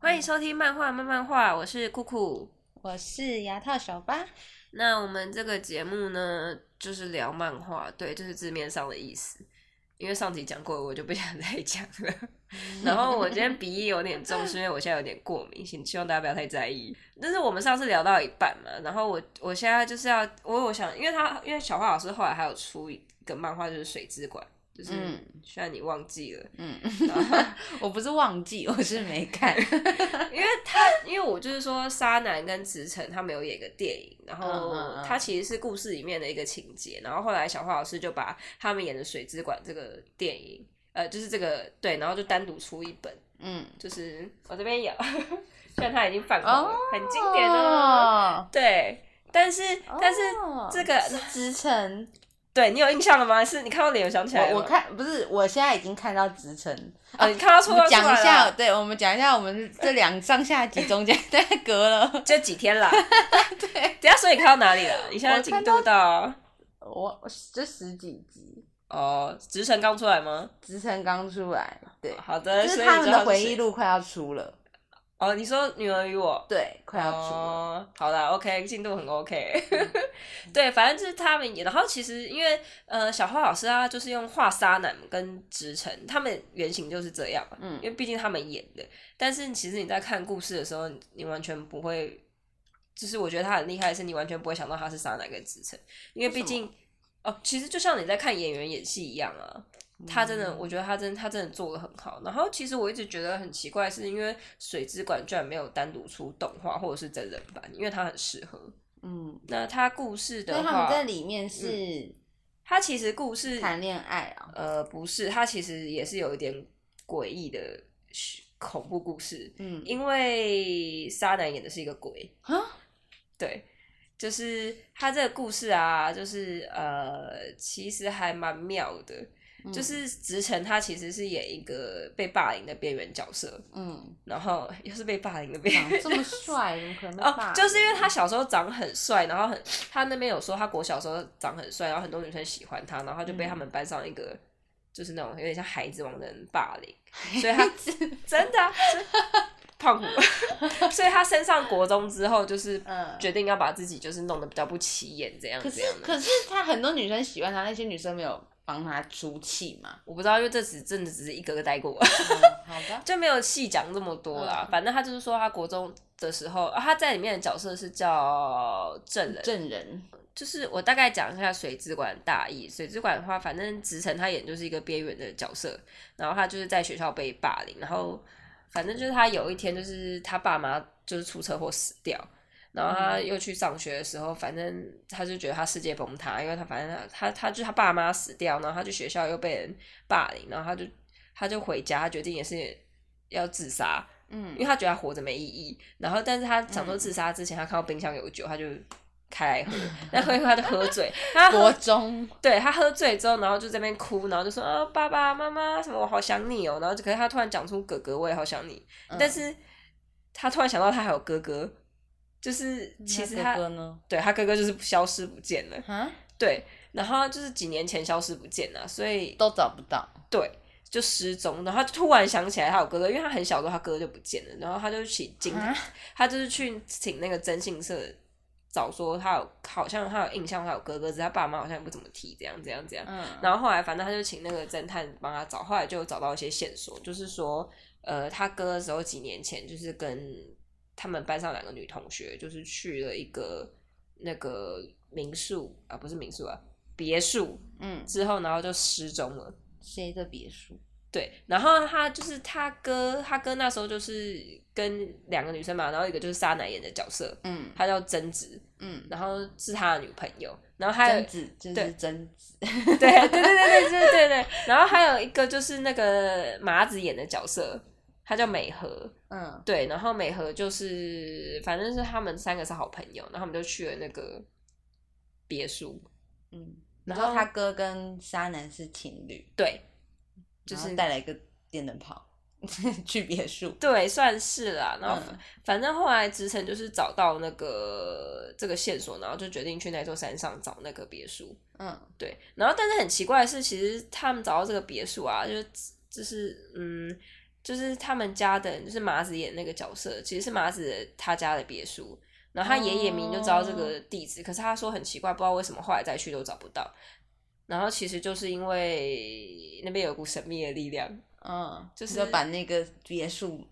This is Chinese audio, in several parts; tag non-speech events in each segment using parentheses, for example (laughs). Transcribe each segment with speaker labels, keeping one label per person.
Speaker 1: 欢迎收听漫画慢漫画，我是酷酷。
Speaker 2: 我是牙套小八，
Speaker 1: 那我们这个节目呢，就是聊漫画，对，就是字面上的意思。因为上集讲过，我就不想 (laughs) 再讲了。然后我今天鼻音有点重，是因为我现在有点过敏，请希望大家不要太在意。但是我们上次聊到一半嘛，然后我我现在就是要我我想，因为他因为小花老师后来还有出一个漫画，就是《水之馆》，就是、
Speaker 2: 嗯
Speaker 1: 虽然你忘记了，
Speaker 2: 嗯，
Speaker 1: 然后
Speaker 2: 我不是忘记，我是没看。
Speaker 1: 因为他，因为我就是说，沙男跟直城他们有演一个电影，然
Speaker 2: 嗯嗯
Speaker 1: 后
Speaker 2: 嗯
Speaker 1: 他其实是故事里面的一个情节，然后后来小花老师就把他们演的《水之馆》这个电影，呃，就是这个对，然后就单独出一本，
Speaker 2: (laughs) 嗯，
Speaker 1: 就是我这边有， (laughs) 虽然它已经泛红了，很经典哦，
Speaker 2: 哦，
Speaker 1: 对，但是但是
Speaker 2: 哦
Speaker 1: 这个
Speaker 2: 是直城，
Speaker 1: 对你有印象了吗？是你看到脸有想起来了
Speaker 2: 我
Speaker 1: 吗
Speaker 2: 我，看不是，我现在已经看到直城。
Speaker 1: 呃，你看到出
Speaker 2: 我们
Speaker 1: 来
Speaker 2: 讲一下，
Speaker 1: 了，
Speaker 2: 对，我们讲一下我们这两上下集中间大概隔了，
Speaker 1: 这几天
Speaker 2: (laughs)
Speaker 1: 啦，对，等一下所以你看到哪里了？你现在
Speaker 2: 我
Speaker 1: 进
Speaker 2: 看
Speaker 1: 度到。
Speaker 2: 我我这十几集，
Speaker 1: 哦，直城刚出来吗？
Speaker 2: 直城刚出来，对，
Speaker 1: 好的，
Speaker 2: 就是
Speaker 1: 所以
Speaker 2: 他
Speaker 1: 你
Speaker 2: 们
Speaker 1: 知道
Speaker 2: 的回
Speaker 1: 谁
Speaker 2: 忆。录快要出了，
Speaker 1: 哦，你说《女儿与我》
Speaker 2: 对，快要出了，嗯
Speaker 1: 哦，好啦 o k 进度很 OK。对， (laughs) 反正就是他们演，然后其实因为呃，小花老师啊，就是用画沙男跟直城，他们原型就是这样嘛，
Speaker 2: 嗯
Speaker 1: 因为毕竟他们演的。但是其实你在看故事的时候，你你完全不会，就是我觉得他很厉害，是你完全不会想到他是沙男跟直城，因为
Speaker 2: 为
Speaker 1: 毕
Speaker 2: 什
Speaker 1: 竟哦，其实就像你在看演员演戏一样啊，他真的，
Speaker 2: 嗯
Speaker 1: 我觉得他真他真的做的很好。然后其实我一直觉得很奇怪，是因为《水之馆》居然没有单独出动画或者是真人版，因为它很适合。
Speaker 2: 嗯，
Speaker 1: 那他故事
Speaker 2: 所
Speaker 1: 的
Speaker 2: 以他们
Speaker 1: 话
Speaker 2: 在，里面是
Speaker 1: 他其实故事
Speaker 2: 谈恋爱啊，
Speaker 1: 呃不是，他其实也是有一点诡异的恐怖故事，
Speaker 2: 嗯，
Speaker 1: 因为沙男演的是一个鬼，
Speaker 2: 啊，
Speaker 1: 对，就是他这个故事啊，就是呃，其实还蛮妙的。
Speaker 2: 嗯
Speaker 1: 就是直城，他其实是演一个被霸凌的边缘角色，
Speaker 2: 嗯，
Speaker 1: 然后又是被霸凌的边
Speaker 2: 长
Speaker 1: 缘
Speaker 2: 这么帅，怎么可能会
Speaker 1: 哦
Speaker 2: 霸，
Speaker 1: 就是因为他小时候长很帅，然后很他那边有说他国小时候长很帅，然后很多女生喜欢他，然后就被他
Speaker 2: 嗯
Speaker 1: 们班上一个、就是那种有点像孩子王的人霸
Speaker 2: (laughs)
Speaker 1: 凌，所以他真的啊、是胖虎， (laughs) 所以他升上国中之后就是
Speaker 2: 嗯
Speaker 1: 决定要把自己就是弄得比较不起眼，这样
Speaker 2: 可
Speaker 1: 这
Speaker 2: 是
Speaker 1: 样的。
Speaker 2: 可是他很多女生喜欢他，那些女生没有帮他出气嘛？
Speaker 1: 我不知道，因为这只真的只是一个个带过。 (laughs)
Speaker 2: 嗯好吧，
Speaker 1: 就没有细讲这么多啦。
Speaker 2: 嗯
Speaker 1: 反正他就是说，他国中的时候、啊，他在里面的角色是叫证人。
Speaker 2: (laughs) 证人，
Speaker 1: 就是我大概讲一下水之馆的大意。水之馆的话，反正直城他演就是一个边缘的角色，然后他就是在学校被霸凌，然后反正就是他有一天就是他爸妈就是出车祸死掉。然后他又去上学的时候，反正他就觉得他世界崩塌，因为他反正他他他就他爸妈死掉，然后他去学校又被人霸凌，然后他就他就回家，他决定也是要自杀，因为
Speaker 2: 嗯
Speaker 1: 他觉得他活着没意义。然后，但是他想说自杀之前，他看到冰箱有酒，他就开来
Speaker 2: (laughs)
Speaker 1: 喝，但喝一喝他就喝醉，他
Speaker 2: 国
Speaker 1: 喝
Speaker 2: 中，
Speaker 1: 对他喝醉之后，然后就在那边哭，然后就说啊爸爸妈妈什么我好想你哦，然后就可是他突然讲出哥哥我也好想你，
Speaker 2: 嗯
Speaker 1: 但是他突然想到他还有哥哥，就是其实他
Speaker 2: 嗯那哥哥呢？
Speaker 1: 对他哥哥就是消失不见了，
Speaker 2: 啊，
Speaker 1: 对，然后他就是几年前消失不见了，所以
Speaker 2: 都找不到，
Speaker 1: 对，就失踪。然后他突然想起来他有哥哥，因为他很小的时候他哥哥就不见了，然后他就去请，
Speaker 2: 啊
Speaker 1: 他就是去请那个征信社找说他有好像他有印象他有哥哥，只是他爸妈好像也不怎么提，这样这样这样。
Speaker 2: 嗯，
Speaker 1: 然后后来反正他就请那个侦探帮他找，后来就找到一些线索，就是说，呃，他哥的时候几年前就是跟他们班上两个女同学，就是去了一个那个民宿啊，不是民宿啊，别墅
Speaker 2: 嗯，
Speaker 1: 之后，然后就失踪了。
Speaker 2: 谁的别墅？
Speaker 1: 对，然后他就是他哥，他哥那时候就是跟两个女生嘛，然后一个就是沙奶演的角色，
Speaker 2: 嗯
Speaker 1: 她叫贞子，
Speaker 2: 嗯，
Speaker 1: 然后是他的女朋友，然后还有
Speaker 2: 贞子就
Speaker 1: 对
Speaker 2: 是贞子，
Speaker 1: 对 (laughs) 对对对对对对对，然后还有一个就是那个麻子演的角色，她叫美和，
Speaker 2: 嗯
Speaker 1: 对，然后美和就是反正是他们三个是好朋友，然后他们就去了那个别墅，
Speaker 2: 嗯，
Speaker 1: 然
Speaker 2: 然
Speaker 1: 后
Speaker 2: 后他哥跟沙男是情侣，
Speaker 1: 对，就
Speaker 2: 然
Speaker 1: 是
Speaker 2: 后带来一个电灯泡 (laughs) 去别墅，
Speaker 1: 对，算是啦、然后
Speaker 2: 嗯
Speaker 1: 反正后来直城就是找到那个这个线索，然后就决定去那座山上找那个别墅。
Speaker 2: 嗯
Speaker 1: 对，然后但是很奇怪的是，其实他们找到这个别墅啊，就是就是嗯，就是他们家的人，就是麻子演那个角色，其实是麻子的他家的别墅。然后他爷爷明明就知道
Speaker 2: 哦
Speaker 1: 这个地址，可是他说很奇怪，不知道为什么后来再去都找不到。然后其实就是因为那边有股神秘的力量，
Speaker 2: 嗯，
Speaker 1: 就
Speaker 2: 就是是把那个别墅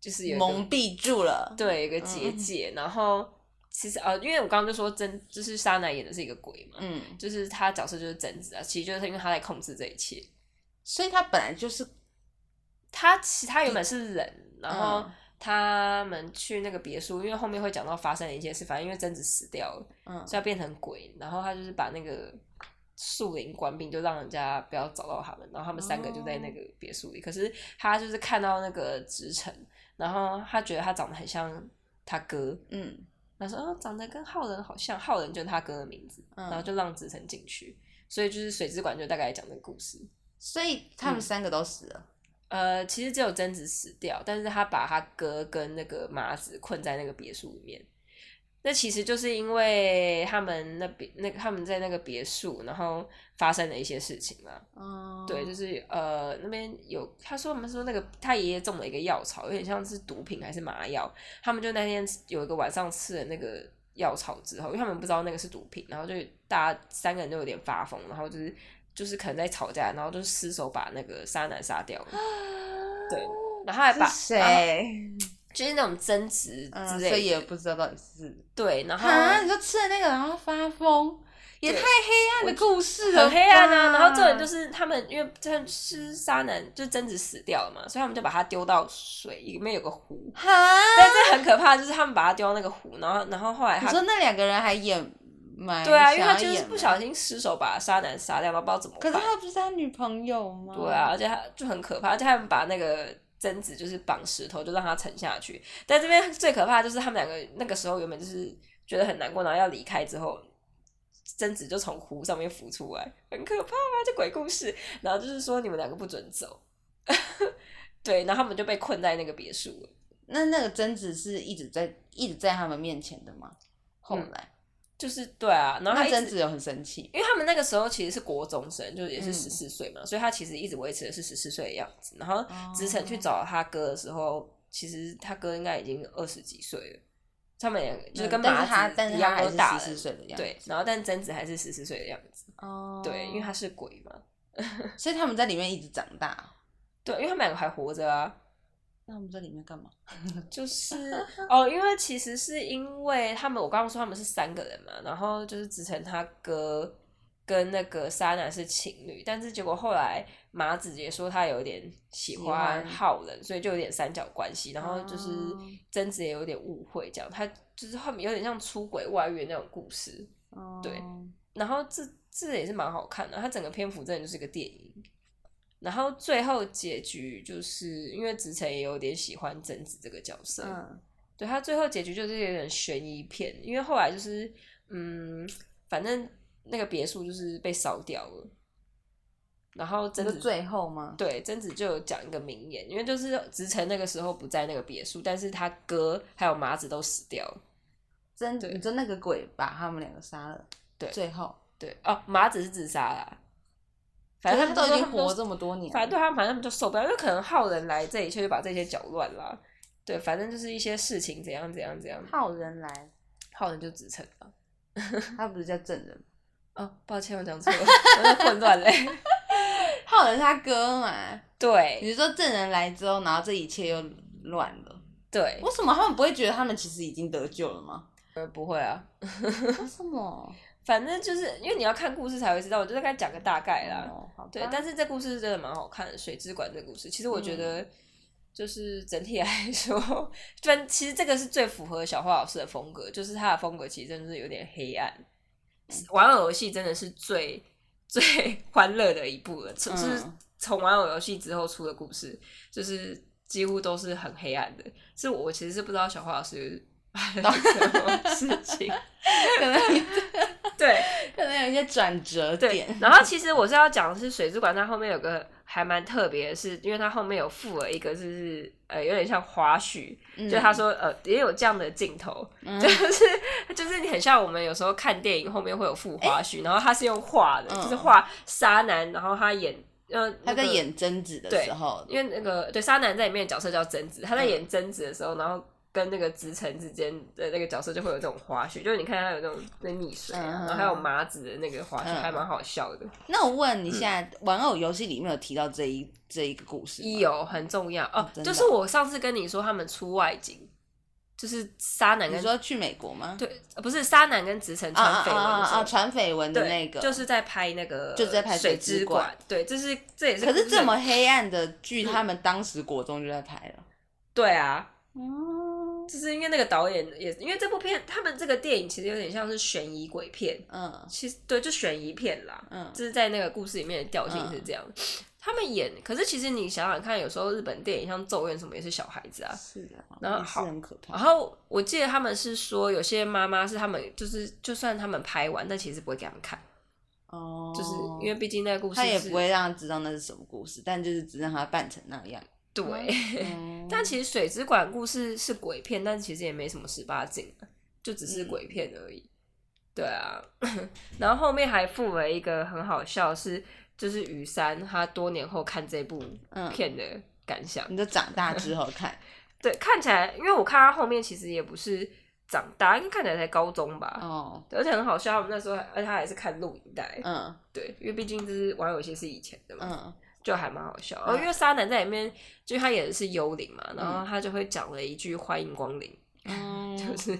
Speaker 1: 就是有一个
Speaker 2: 蒙嗯蔽住了。
Speaker 1: 对一个结界。然后其实呃，因为我刚刚就说真，就是沙奶演的是一个鬼嘛，
Speaker 2: 嗯，
Speaker 1: 就是他角色就是贞子啊，其实就是因为他在控制这一切。
Speaker 2: 所以他本来就是，
Speaker 1: 他其他原本是人，然后
Speaker 2: 嗯
Speaker 1: 他们去那个别墅，因为后面会讲到发生的一件事，反正因为贞子死掉了，
Speaker 2: 嗯，
Speaker 1: 所以他变成鬼，然后他就是把那个树林关闭，就让人家不要找到他们，然后他们三个就在
Speaker 2: 哦
Speaker 1: 那个别墅里。可是他就是看到那个直城，然后他觉得他长得很像他哥，
Speaker 2: 嗯
Speaker 1: 他说：“哦，长得跟浩人好像，浩人就是他哥的名字。”然后
Speaker 2: 嗯，
Speaker 1: 就让直城进去，所以就是水之馆就大概讲这个故事。
Speaker 2: 所以他们三个都死了。
Speaker 1: 呃，其实只有贞子死掉，但是他把他哥跟那个麻子困在那个别墅里面。那其实就是因为他们那边那他们在那个别墅，然后发生了一些事情嘛。
Speaker 2: 嗯，
Speaker 1: 对，就是呃那边有他说我们说那个他爷爷中了一个药草，有点像是毒品还是麻药。他们就那天有一个晚上吃了那个药草之后，因为他们不知道那个是毒品，然后就大家三个人都有点发疯，然后就是就是可能在吵架，然后就失手把那个沙男杀
Speaker 2: (gasps)
Speaker 1: 掉了。对，然后还把
Speaker 2: 哦是谁？
Speaker 1: 就是那种争执
Speaker 2: 嗯，
Speaker 1: 嗯之
Speaker 2: 所
Speaker 1: 类
Speaker 2: 以也
Speaker 1: 的，
Speaker 2: 不知道到底是
Speaker 1: 对，然后
Speaker 2: 啊，你说吃了那个然后发疯，也
Speaker 1: 对
Speaker 2: 太黑暗的故事了，
Speaker 1: 很黑暗啊。然后这
Speaker 2: 这，
Speaker 1: 人就是是他们，因为这是沙男，就贞子死掉了嘛，所以他们就把他丢到水里面有个湖。
Speaker 2: 哈，
Speaker 1: 但这很可怕，就是他们把他丢到那个湖，然后然后后来
Speaker 2: 你
Speaker 1: 他
Speaker 2: 说那两个人还演蛮
Speaker 1: 对啊，因为
Speaker 2: 想
Speaker 1: 他
Speaker 2: 要
Speaker 1: 就是
Speaker 2: 演
Speaker 1: 不
Speaker 2: 蛮
Speaker 1: 小心失手把沙男杀掉，然后不知道怎么
Speaker 2: 可
Speaker 1: 办
Speaker 2: 是。她不是他女朋友吗？
Speaker 1: 对啊，，而且他就很可怕，而且他们把那个贞子就是绑石头，就让他沉下去。但这边最可怕的就是他们两个那个时候原本就是觉得很难过，然后要离开之后，贞子就从湖上面浮出来，很可怕啊，这鬼故事。然后就是说你们两个不准走， (laughs) 对，然后他们就被困在那个别墅了。
Speaker 2: 那那个贞子是一直在一直在他们面前的吗？后来，
Speaker 1: 就是对啊，嗯然后他
Speaker 2: 那
Speaker 1: 一直
Speaker 2: 贞子有很生气，
Speaker 1: 因为他们那个时候其实是国中生，就是也是
Speaker 2: 嗯
Speaker 1: 十四岁嘛，所以他其实一直维持的是十四岁的样子。然后
Speaker 2: 哦
Speaker 1: 直城去找他哥的时候，其实他哥应该已经二十几岁了，他们两个就是跟
Speaker 2: 嗯但
Speaker 1: 麻
Speaker 2: 是他但
Speaker 1: 子
Speaker 2: 是
Speaker 1: 一
Speaker 2: 他
Speaker 1: 样
Speaker 2: 还
Speaker 1: 都
Speaker 2: 是
Speaker 1: 大
Speaker 2: 十
Speaker 1: 了
Speaker 2: 四。岁的样子，
Speaker 1: 对，然后但贞子还是十四岁的样子，
Speaker 2: 哦，
Speaker 1: 对，因为他是鬼嘛，
Speaker 2: 所以他们在里面一直长大。
Speaker 1: 对，因为他们两个还活着啊，
Speaker 2: 那他们在里面干嘛？
Speaker 1: 就是哦，因为其实是因为他们，我刚刚说他们是三个人嘛，然后就是子成他哥跟那个沙男是情侣，但是结果后来麻子也说他有点喜欢
Speaker 2: 喜欢
Speaker 1: 浩人，所以就有点三角关系，然后就是
Speaker 2: 哦
Speaker 1: 贞子也有点误会，这样他就是后面有点像出轨外遇的那种故事，对
Speaker 2: 哦
Speaker 1: 然后这这也是蛮好看的，它整个篇幅真的就是个电影。然后最后结局就是因为子成也有点喜欢贞子这个角色，
Speaker 2: 嗯，
Speaker 1: 对他最后结局就是有点悬疑片，因为后来就是嗯，反正那个别墅就是被烧掉了，然后
Speaker 2: 这
Speaker 1: 贞
Speaker 2: 是
Speaker 1: 子
Speaker 2: 最后吗？
Speaker 1: 对贞子就有讲一个名言，因为就是直城那个时候不在那个别墅，但是他哥还有麻子都死掉了，
Speaker 2: 真
Speaker 1: 对
Speaker 2: 你说那个鬼把他们两个杀了，
Speaker 1: 对
Speaker 2: 最后
Speaker 1: 对哦，麻子是自杀啦，反正他们
Speaker 2: 可是都
Speaker 1: 说
Speaker 2: 已经
Speaker 1: 他们都
Speaker 2: 活这么多年了，
Speaker 1: 反正对他们，反正他们就受不了，因为可能浩人来这里去就把这些搅乱了。对，反正就是一些事情怎样怎样怎样，
Speaker 2: 浩人来，
Speaker 1: 浩人就直成了。
Speaker 2: 他不是叫正人吗，
Speaker 1: 哦，抱歉，我讲错了，我在混乱嘞。 (laughs)
Speaker 2: 浩人是他哥嘛？
Speaker 1: 对
Speaker 2: 你是说证人来之后，然后这一切又乱了？
Speaker 1: 对，
Speaker 2: 为什么他们不会觉得他们其实已经得救了吗？ (laughs)
Speaker 1: 呃，不会啊，
Speaker 2: 为什么？
Speaker 1: 反正就是因为你要看故事才会知道，我就大概讲个大概啦。
Speaker 2: 哦，好吧
Speaker 1: 对，但是这故事真的蛮好看的，《水之馆》这故事，其实我觉
Speaker 2: 嗯
Speaker 1: 得就是整体来 (laughs) 说，但其实这个是最符合小花老师的风格，就是他的风格其实真的是有点黑暗。
Speaker 2: 嗯
Speaker 1: 玩偶游戏真的是最最欢乐的一部了，就
Speaker 2: 嗯
Speaker 1: 是从玩偶游戏之后出的故事，就是几乎都是很黑暗的。是我我其实是不知道小花老师发生什么事情，
Speaker 2: (laughs) 可能
Speaker 1: (laughs) 对，
Speaker 2: 可能有一些转折
Speaker 1: 对
Speaker 2: 点，。 (laughs)
Speaker 1: 然后其实我是要讲的是水族馆，它后面有个还蛮特别的是，因为它后面有附了一个就是呃有点像花絮，
Speaker 2: 嗯
Speaker 1: 就他说呃也有这样的镜头，
Speaker 2: 嗯
Speaker 1: 就是就是你很像我们有时候看电影后面会有附花絮，然后它是用画的，
Speaker 2: 嗯
Speaker 1: 就是画沙男，然后他演。呃，
Speaker 2: 他
Speaker 1: 那
Speaker 2: 在
Speaker 1: 个
Speaker 2: 演贞子的
Speaker 1: 对
Speaker 2: 时候，
Speaker 1: 因为那个对沙男在里面的角色叫贞子，
Speaker 2: 嗯
Speaker 1: 他在演贞子的时候，然后跟那个直城之间的那个角色就会有这种花絮，就是你看他有那种那溺水、啊，
Speaker 2: 嗯
Speaker 1: 然后还有麻子的那个花絮，
Speaker 2: 嗯
Speaker 1: 还蛮好笑的。
Speaker 2: 那我
Speaker 1: 嗯
Speaker 2: 问一下，玩偶游戏里面有提到这一这一个故事吗？
Speaker 1: 一有很重要哦，
Speaker 2: 嗯真的
Speaker 1: 就是我上次跟你说他们出外景，就是沙男
Speaker 2: 你
Speaker 1: 跟
Speaker 2: 说去美国吗？
Speaker 1: 对，呃不是沙男跟直城
Speaker 2: 啊
Speaker 1: 传
Speaker 2: 啊
Speaker 1: 绯
Speaker 2: 啊
Speaker 1: 闻的时
Speaker 2: 啊！
Speaker 1: 候。
Speaker 2: 传绯闻的
Speaker 1: 对，
Speaker 2: 那个，
Speaker 1: 就是在拍那个，
Speaker 2: 就是在拍
Speaker 1: 水
Speaker 2: 水之
Speaker 1: 馆
Speaker 2: 馆。
Speaker 1: 对，这是这也是。嗯
Speaker 2: 可是这么黑暗的剧，他们当时国中就在拍了。
Speaker 1: 对啊，
Speaker 2: 嗯
Speaker 1: 就是因为那个导演也，因为这部片，他们这个电影其实有点像是悬疑鬼片，
Speaker 2: 嗯
Speaker 1: 其实对，就悬疑片啦。
Speaker 2: 嗯
Speaker 1: 就是在那个故事里面的调性是这样。他们演，可是其实你想想看，有时候日本电影像《咒怨》什么也是小孩子啊。
Speaker 2: 是的，
Speaker 1: 然后
Speaker 2: 也是
Speaker 1: 好
Speaker 2: 很可
Speaker 1: 然
Speaker 2: 怕。
Speaker 1: 后我记得他们是说，有些妈妈是他们就是，就算他们拍完，但其实不会给他们看，
Speaker 2: 哦，
Speaker 1: 就是因为毕竟那个故事
Speaker 2: 他也
Speaker 1: 是
Speaker 2: 不会让他知道那是什么故事，但就是只让他扮成那样。
Speaker 1: 对。
Speaker 2: 嗯
Speaker 1: (laughs) 但其实水之馆故事是鬼片，但其实也没什么十八禁啊，就只是鬼片而已。对啊， (laughs) 然后后面还附了一个很好笑的是，就是雨山他多年后看这部
Speaker 2: 嗯
Speaker 1: 片的感想。
Speaker 2: 你就长大之后
Speaker 1: (laughs)
Speaker 2: 看，
Speaker 1: 对，看起来，因为我看他后面其实也不是长大，应该看起来才高中吧。
Speaker 2: 哦，
Speaker 1: 对而且很好笑，他们那时候还，而且他还是看录影带，
Speaker 2: 嗯
Speaker 1: 对，因为毕竟就是玩有些是以前的嘛，
Speaker 2: 嗯
Speaker 1: 就还蛮好笑。
Speaker 2: 嗯
Speaker 1: 哦，因为沙男在里面，就是他演的是幽灵嘛，然后他就会讲了一句“欢迎光临”， (laughs) 就
Speaker 2: 嗯
Speaker 1: 是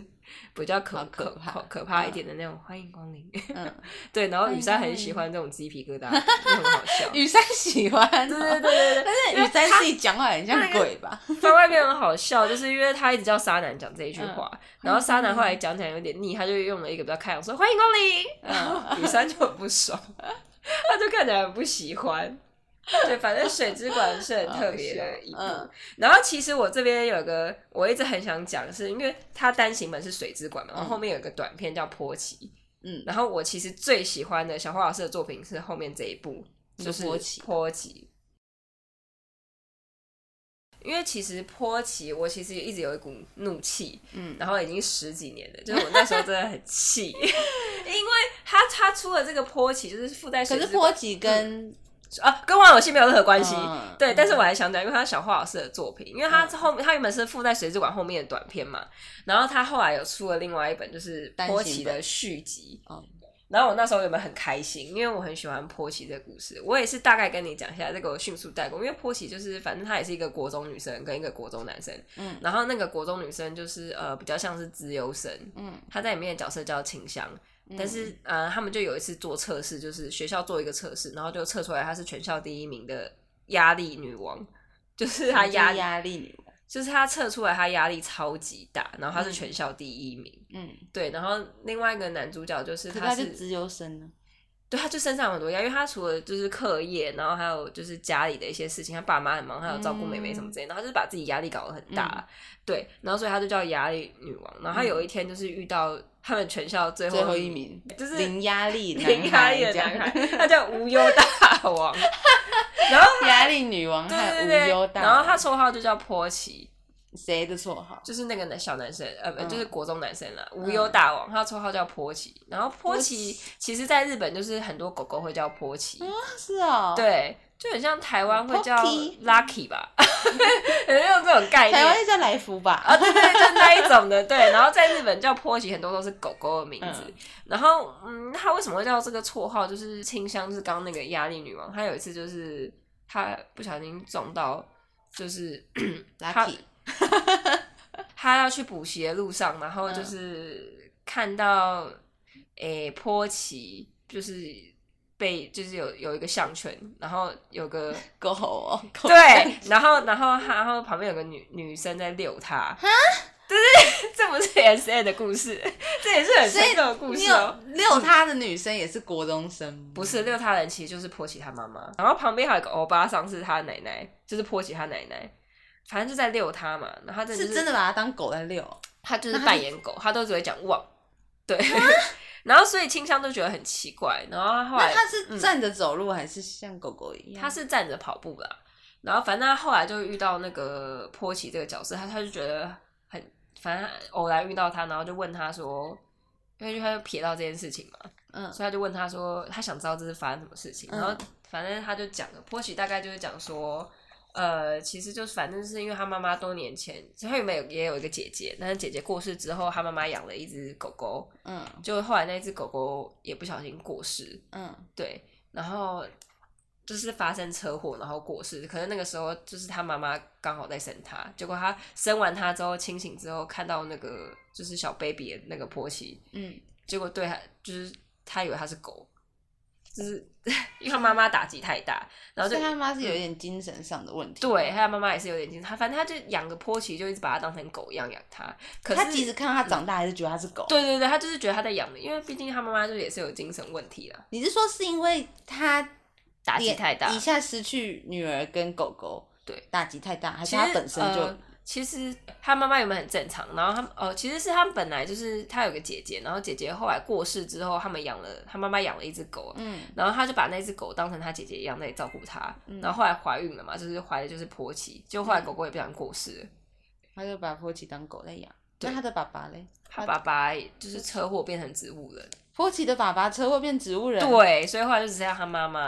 Speaker 1: 比较可
Speaker 2: 好可怕
Speaker 1: 可可怕一点的那种“欢迎光临”。
Speaker 2: 嗯，
Speaker 1: (laughs) 对，然后
Speaker 2: 欢迎
Speaker 1: 雨山
Speaker 2: 光
Speaker 1: 很
Speaker 2: 临
Speaker 1: 喜欢这种鸡皮
Speaker 2: (laughs)
Speaker 1: 疙瘩，就很好 (laughs) 笑。
Speaker 2: 嗯雨山喜欢哦，
Speaker 1: 对对对对对，
Speaker 2: 但是雨山自己讲话很像鬼吧？
Speaker 1: 在外面很好笑，就是因为他一直叫沙男讲这一句话，然后沙男后来讲起来有点腻，他就用了一个比较开朗说“欢迎光临”，然后雨山就很不爽， (laughs) 他就看起来很不喜欢。对，反正水之馆是很特别的一部。
Speaker 2: 嗯
Speaker 1: 然后其实我这边有个我一直很想讲，是因为它单行本是水之馆嘛，然后后面有一个短片叫《坡奇》，
Speaker 2: 嗯
Speaker 1: 然后我其实最喜欢的小花老师的作品是后面这一部，
Speaker 2: 你
Speaker 1: 就
Speaker 2: 说
Speaker 1: 是
Speaker 2: 坡奇
Speaker 1: 坡奇。因为其实坡奇，我其实一直有一股怒气，
Speaker 2: 嗯
Speaker 1: 然后已经十几年了，就是我那时候真的很气， (laughs) 因为他他出了这个坡奇，就是附带水
Speaker 2: 可
Speaker 1: 之
Speaker 2: 是
Speaker 1: 馆
Speaker 2: 波吉跟
Speaker 1: 啊，跟玩游戏没有任何关系。
Speaker 2: 嗯
Speaker 1: 对，但是我还想讲，因为他是小花老师的作品，因为他后面、他原本是附在水之馆后面的短片嘛，然后他后来有出了另外一本就是
Speaker 2: 单行
Speaker 1: 波
Speaker 2: 本
Speaker 1: 奇的续集
Speaker 2: 哦。
Speaker 1: 然后我那时候原本很开心，因为我很喜欢波奇这个故事。我也是大概跟你讲一下这个我迅速带过，因为波奇就是反正她也是一个国中女生跟一个国中男生，
Speaker 2: 嗯
Speaker 1: 然后那个国中女生就是呃比较像是资优生，
Speaker 2: 嗯
Speaker 1: 她在里面的角色叫清香，
Speaker 2: 嗯
Speaker 1: 但是呃，他们就有一次做测试，就是学校做一个测试，然后就测出来她是全校第一名的压力女王，就是她压
Speaker 2: 哦压压力女王，
Speaker 1: 就是她测出来她压力超级大，然后她是
Speaker 2: 嗯
Speaker 1: 全校第一名。
Speaker 2: 嗯，
Speaker 1: 对，然后另外一个男主角就是
Speaker 2: 可是
Speaker 1: 他
Speaker 2: 他
Speaker 1: 是
Speaker 2: 就资优生呢，
Speaker 1: 对，他就身上有很多压，因为他除了就是课业，然后还有就是家里的一些事情，他爸妈很忙，还有照顾妹
Speaker 2: 嗯
Speaker 1: 妹什么之类的，然后他就是把自己压力搞得很大，对，然后所以他就叫压力女王。然后他有一天就是遇到他们全校最后
Speaker 2: 嗯最后一名
Speaker 1: 就是
Speaker 2: 零压力男
Speaker 1: 零压
Speaker 2: 孩
Speaker 1: 力的
Speaker 2: 这样
Speaker 1: 男孩，他叫无忧大王，
Speaker 2: 压力女王
Speaker 1: 对
Speaker 2: 和
Speaker 1: (laughs) 对
Speaker 2: 无
Speaker 1: 对
Speaker 2: 忧
Speaker 1: 对，
Speaker 2: 大王，
Speaker 1: 然后他绰号就叫坡奇，
Speaker 2: 谁的绰号？
Speaker 1: 就是那个男小男生，呃，不、
Speaker 2: 嗯
Speaker 1: 就是国中男生啦，无忧大王，他的绰号叫坡奇。然后坡奇其实在日本就是很多狗狗会叫坡奇，
Speaker 2: 是哦，，
Speaker 1: 对，就很像台湾会叫
Speaker 2: Pocky
Speaker 1: Lucky 吧， (laughs) 很像这种概
Speaker 2: 台湾
Speaker 1: 念。
Speaker 2: 就叫来福吧，
Speaker 1: 啊，对对，对就那一种的，对。然后在日本叫波奇，很多都是狗狗的名字。
Speaker 2: 嗯
Speaker 1: 然后，嗯，他为什么会叫这个绰号？就是清香，就是刚刚那个压力女王，她有一次就是她不小心撞到，就是他
Speaker 2: lucky，
Speaker 1: 她要去补习的路上，然后就是看到诶、波奇就是被就是有有一个项圈，然后有个
Speaker 2: 狗哦， (laughs) 狗
Speaker 1: 对，然后然后他然后旁边有个女女生在遛他，对对，对这不是 S A 的故事，这也是很
Speaker 2: 所以
Speaker 1: 生动的故
Speaker 2: 你
Speaker 1: 事
Speaker 2: 有
Speaker 1: 哦。
Speaker 2: 遛他的女生也是国中生，
Speaker 1: 不是遛他的人，其实就是波奇他妈妈，然后旁边还有个欧巴桑是他的奶奶，就是波奇他奶奶，反正就在遛他嘛。然后他这、就是
Speaker 2: 真的，把他当狗在遛，
Speaker 1: 他就是扮演狗，他都只会讲汪，对。 (laughs) 然后所以清香都觉得很奇怪，然后他后来
Speaker 2: 那他是站着走路还是像狗狗一样？
Speaker 1: 他是站着跑步啦，然后反正他后来就遇到那个坡奇这个角色，他他就觉得很，反正偶然遇到他，然后就问他说，因为他就瞥到这件事情嘛，
Speaker 2: 嗯
Speaker 1: 所以他就问他说，他想知道这是发生什么事情，
Speaker 2: 嗯
Speaker 1: 然后反正他就讲了，波奇大概就是讲说，呃，其实就是反正是因为他妈妈多年前，他有没有也有一个姐姐，但是姐姐过世之后，他妈妈养了一只狗狗，
Speaker 2: 嗯
Speaker 1: 就后来那只狗狗也不小心过世，
Speaker 2: 嗯
Speaker 1: 对，然后就是发生车祸，然后过世。可是那个时候就是他妈妈刚好在生他，结果他生完他之后清醒之后，看到那个就是小 baby 的那个婆媳，
Speaker 2: 嗯，
Speaker 1: 结果对他就是他以为他是狗，就是 (laughs) 因为他妈妈打击太大，然后
Speaker 2: 所
Speaker 1: 就
Speaker 2: 以。他妈是有一点精神上的问题。
Speaker 1: 对，，他妈妈也是有点精神，他反正他就养个波奇，就一直把它当成狗一样养它。可是
Speaker 2: 他即使看到他长大，还是觉得他是狗。
Speaker 1: 对对对，他就是觉得他在养的，因为毕竟他妈妈就也是有精神问题啦，
Speaker 2: 你是说是因为他
Speaker 1: 打击太大，
Speaker 2: 一下失去女儿跟狗狗，
Speaker 1: 对，
Speaker 2: 打击太大，还
Speaker 1: 其
Speaker 2: 是
Speaker 1: 实
Speaker 2: 他本身就、
Speaker 1: 呃其实他妈妈原本很正常，然后他呃，其实是他们本来就是他有个姐姐，然后姐姐后来过世之后，他们养了他妈妈养了一只狗，啊
Speaker 2: 嗯
Speaker 1: 然后他就把那只狗当成他姐姐一样在照顾他，
Speaker 2: 嗯
Speaker 1: 然后后来怀孕了嘛，就是怀的就是婆媳，就后来狗狗也不小心过世了，
Speaker 2: 他就把波奇当狗在养。
Speaker 1: 对
Speaker 2: 那他的爸爸嘞？
Speaker 1: 他爸爸就是车祸变成植物人，
Speaker 2: 波奇的爸爸车祸变植物人。，
Speaker 1: 对，所以后来就只剩下他妈妈。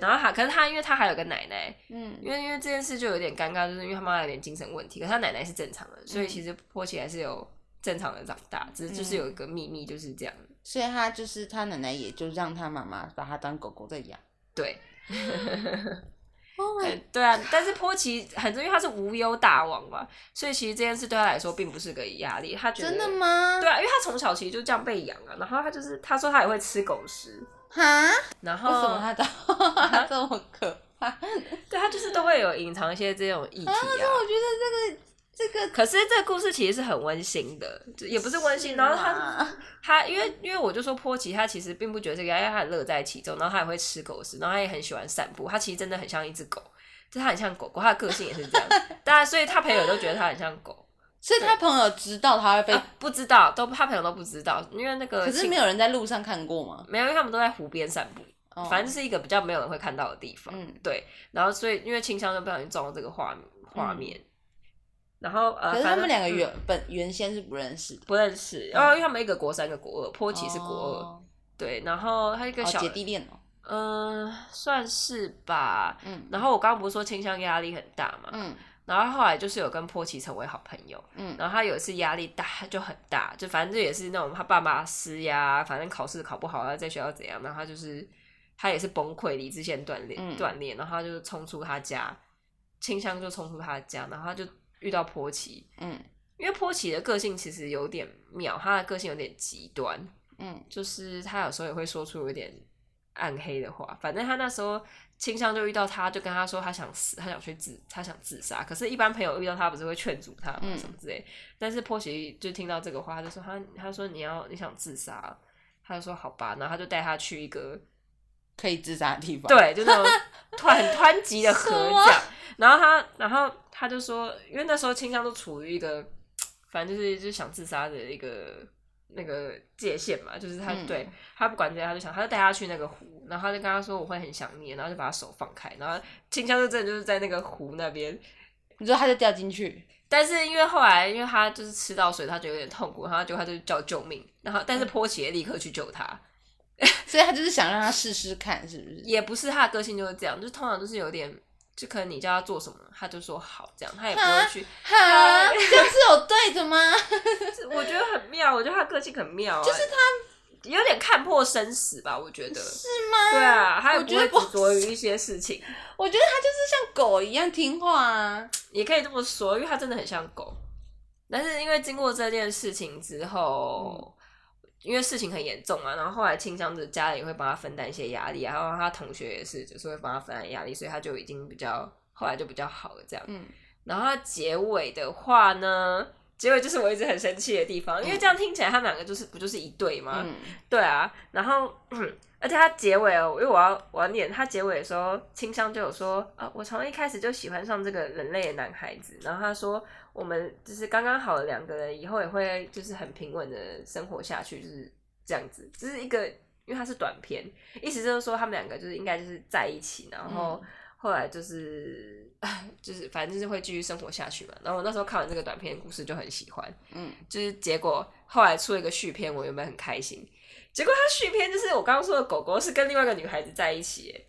Speaker 1: 然后他，可是他，因为他还有个奶奶，
Speaker 2: 嗯
Speaker 1: 因为因为这件事就有点尴尬，就是因为他妈有点精神问题，可是他奶奶是正常的，所以其
Speaker 2: 嗯
Speaker 1: 实波奇还是有正常的长大，只是就是有一个秘密就是这样。
Speaker 2: 所以他就是他奶奶，也就让他妈妈把他当狗狗在养。
Speaker 1: 对，
Speaker 2: 哦，
Speaker 1: 呃对啊，但是波奇很因为他是无忧大王嘛，所以其实这件事对他来说并不是个压力，他觉得
Speaker 2: 真的？吗？
Speaker 1: 对啊，因为他从小其实就这样被养啊，然后他就是他说他也会吃狗食，
Speaker 2: 哈？嗯
Speaker 1: 然后
Speaker 2: 为什么他到 (laughs) 他这么可怕？
Speaker 1: 对他就是都会有隐藏一些这种议题啊。
Speaker 2: 我觉得这个这个
Speaker 1: 可是这个故事其实是很温馨的，就也不是温
Speaker 2: 啊
Speaker 1: 馨，然后他
Speaker 2: 嘛
Speaker 1: 他因为因为我就说波奇他其实并不觉得这个，因为他很乐在其中，然后他也会吃狗食，然后他也很喜欢散步，他其实真的很像一只狗，就他很像狗狗，他的个性也是
Speaker 2: (laughs)
Speaker 1: 这样，当然所以他朋友都觉得他很像狗，
Speaker 2: 所以他朋友知道他会被，
Speaker 1: 啊、不知道都他朋友都不知道，因为那个
Speaker 2: 可是
Speaker 1: 亲
Speaker 2: 没有人在路上看过吗？
Speaker 1: 没有，因为他们都在湖边散步，
Speaker 2: 哦
Speaker 1: 反正就是一个比较没有人会看到的地方，
Speaker 2: 嗯，
Speaker 1: 对，然后所以因为清香就不小心撞到这个画面画
Speaker 2: 嗯
Speaker 1: 面，然后呃，
Speaker 2: 可是
Speaker 1: 反
Speaker 2: 他
Speaker 1: 正
Speaker 2: 们两个
Speaker 1: 嗯
Speaker 2: 原本原先是不认识的，
Speaker 1: 不认识，然后因为他们一个国三，一个国二，波奇是国二，
Speaker 2: 嗯哦
Speaker 1: 对，然后他一个
Speaker 2: 哦
Speaker 1: 小、
Speaker 2: 姐弟恋哦，
Speaker 1: 嗯，算是吧。
Speaker 2: 嗯
Speaker 1: 然后我刚刚不是说清香压力很大嘛，
Speaker 2: 嗯
Speaker 1: 然后后来就是有跟波奇成为好朋友。
Speaker 2: 嗯
Speaker 1: 然后他有一次压力大就很大，就反正这也是那种他爸妈施压，反正考试考不好，他在学校怎样，然后他就是他也是崩溃，理智线断裂
Speaker 2: 嗯
Speaker 1: 断裂，然后他就冲出他家，清香就冲出他家，然后他就遇到波奇，
Speaker 2: 嗯
Speaker 1: 因为波奇的个性其实有点妙，他的个性有点极端，
Speaker 2: 嗯
Speaker 1: 就是他有时候也会说出有点暗黑的话。反正他那时候倾向就遇到他，就跟他说他想死，他想去自，他想自杀。可是，一般朋友遇到他不是会劝阻他嘛，
Speaker 2: 嗯
Speaker 1: 什么之类。但是波奇就听到这个话，他就说他他说你要你想自杀，他就说好吧，然后他就带他去一个
Speaker 2: 可以自杀的地方，，
Speaker 1: 对，就那种湍很湍急的河
Speaker 2: 什
Speaker 1: 这样。然后他，然后他就说，因为那时候清香都处于一个，反正就是就是想自杀的一个那个界限嘛，就是他、
Speaker 2: 嗯
Speaker 1: 对他不管怎样，他就想，他就带他去那个湖，然后他就跟他说我会很想你，然后就把他手放开，然后清香就真的就是在那个湖那边。
Speaker 2: 你说他就掉进去，
Speaker 1: 但是因为后来，因为他就是吃到水，他觉得有点痛苦，然后就他就叫救命，然后但
Speaker 2: 嗯
Speaker 1: 是波奇也立刻去救他，
Speaker 2: 所以他就是想让他试试看，是不是？
Speaker 1: 也不是他的个性就是这样，就是通常就是有点，就可能你叫他做什么，他就说好这样，他也不会去。
Speaker 2: 哈，这样是有对的吗？ (laughs)
Speaker 1: 这我觉得很妙，我觉得他个性很妙、啊，就是他有点看破生死吧，我觉得是吗？对啊，他也
Speaker 2: 我
Speaker 1: 不
Speaker 2: 觉得
Speaker 1: 会
Speaker 2: 不
Speaker 1: 执着于一些事情，
Speaker 2: 我觉得他就是像狗一样听话啊，
Speaker 1: 也可以这么说，因为他真的很像狗。但是因为经过这件事情之后，因为事情很严重嘛，啊然后后来清香子家里会帮他分担一些压力啊，然后他同学也是，就是会帮他分担压力，所以他就已经比较后来就比较好了这样。
Speaker 2: (laughs) 嗯
Speaker 1: 然后它结尾的话呢，结尾就是我一直很生气的地方，因为这样听起来他们两个就是不就是一对吗？
Speaker 2: 嗯
Speaker 1: 对啊，然后、嗯而且它结尾哦，因为我要我要念它结尾的时候，清香就有说啊，我从一开始就喜欢上这个人类的男孩子，然后他说我们就是刚刚好的两个人，以后也会就是很平稳的生活下去，就是这样子，就是一个因为它是短片，意思就是说他们两个就是应该就是在一起，然后。后来就是，就是反正就是会继续生活下去嘛。然后我那时候看完这个短片的故事就很喜欢，
Speaker 2: 嗯，
Speaker 1: 就是结果后来出了一个续篇，我原本很开心，结果他续篇就是我刚刚说的狗狗是跟另外一个女孩子在一起耶，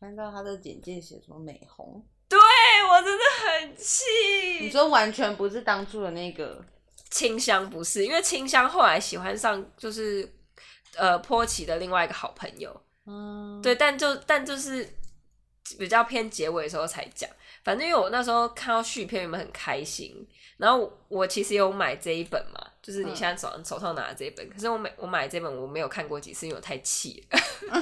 Speaker 2: 看到他的简介写说美红，
Speaker 1: 哎，我真的很
Speaker 2: 你
Speaker 1: 气。
Speaker 2: 说完全不是当初的那个，
Speaker 1: 清香不是，因为清香后来喜欢上就是呃坡崎的另外一个好朋友，
Speaker 2: 嗯，
Speaker 1: 对，但就但就是比较偏结尾的时候才讲。反正因为我那时候看到续篇，你们很开心。然后我我其实有买这一本嘛，就是你
Speaker 2: 嗯
Speaker 1: 现在手上、手上拿的这一本。可是我买我买这本我没有看过几次，因为我太气了。 (laughs)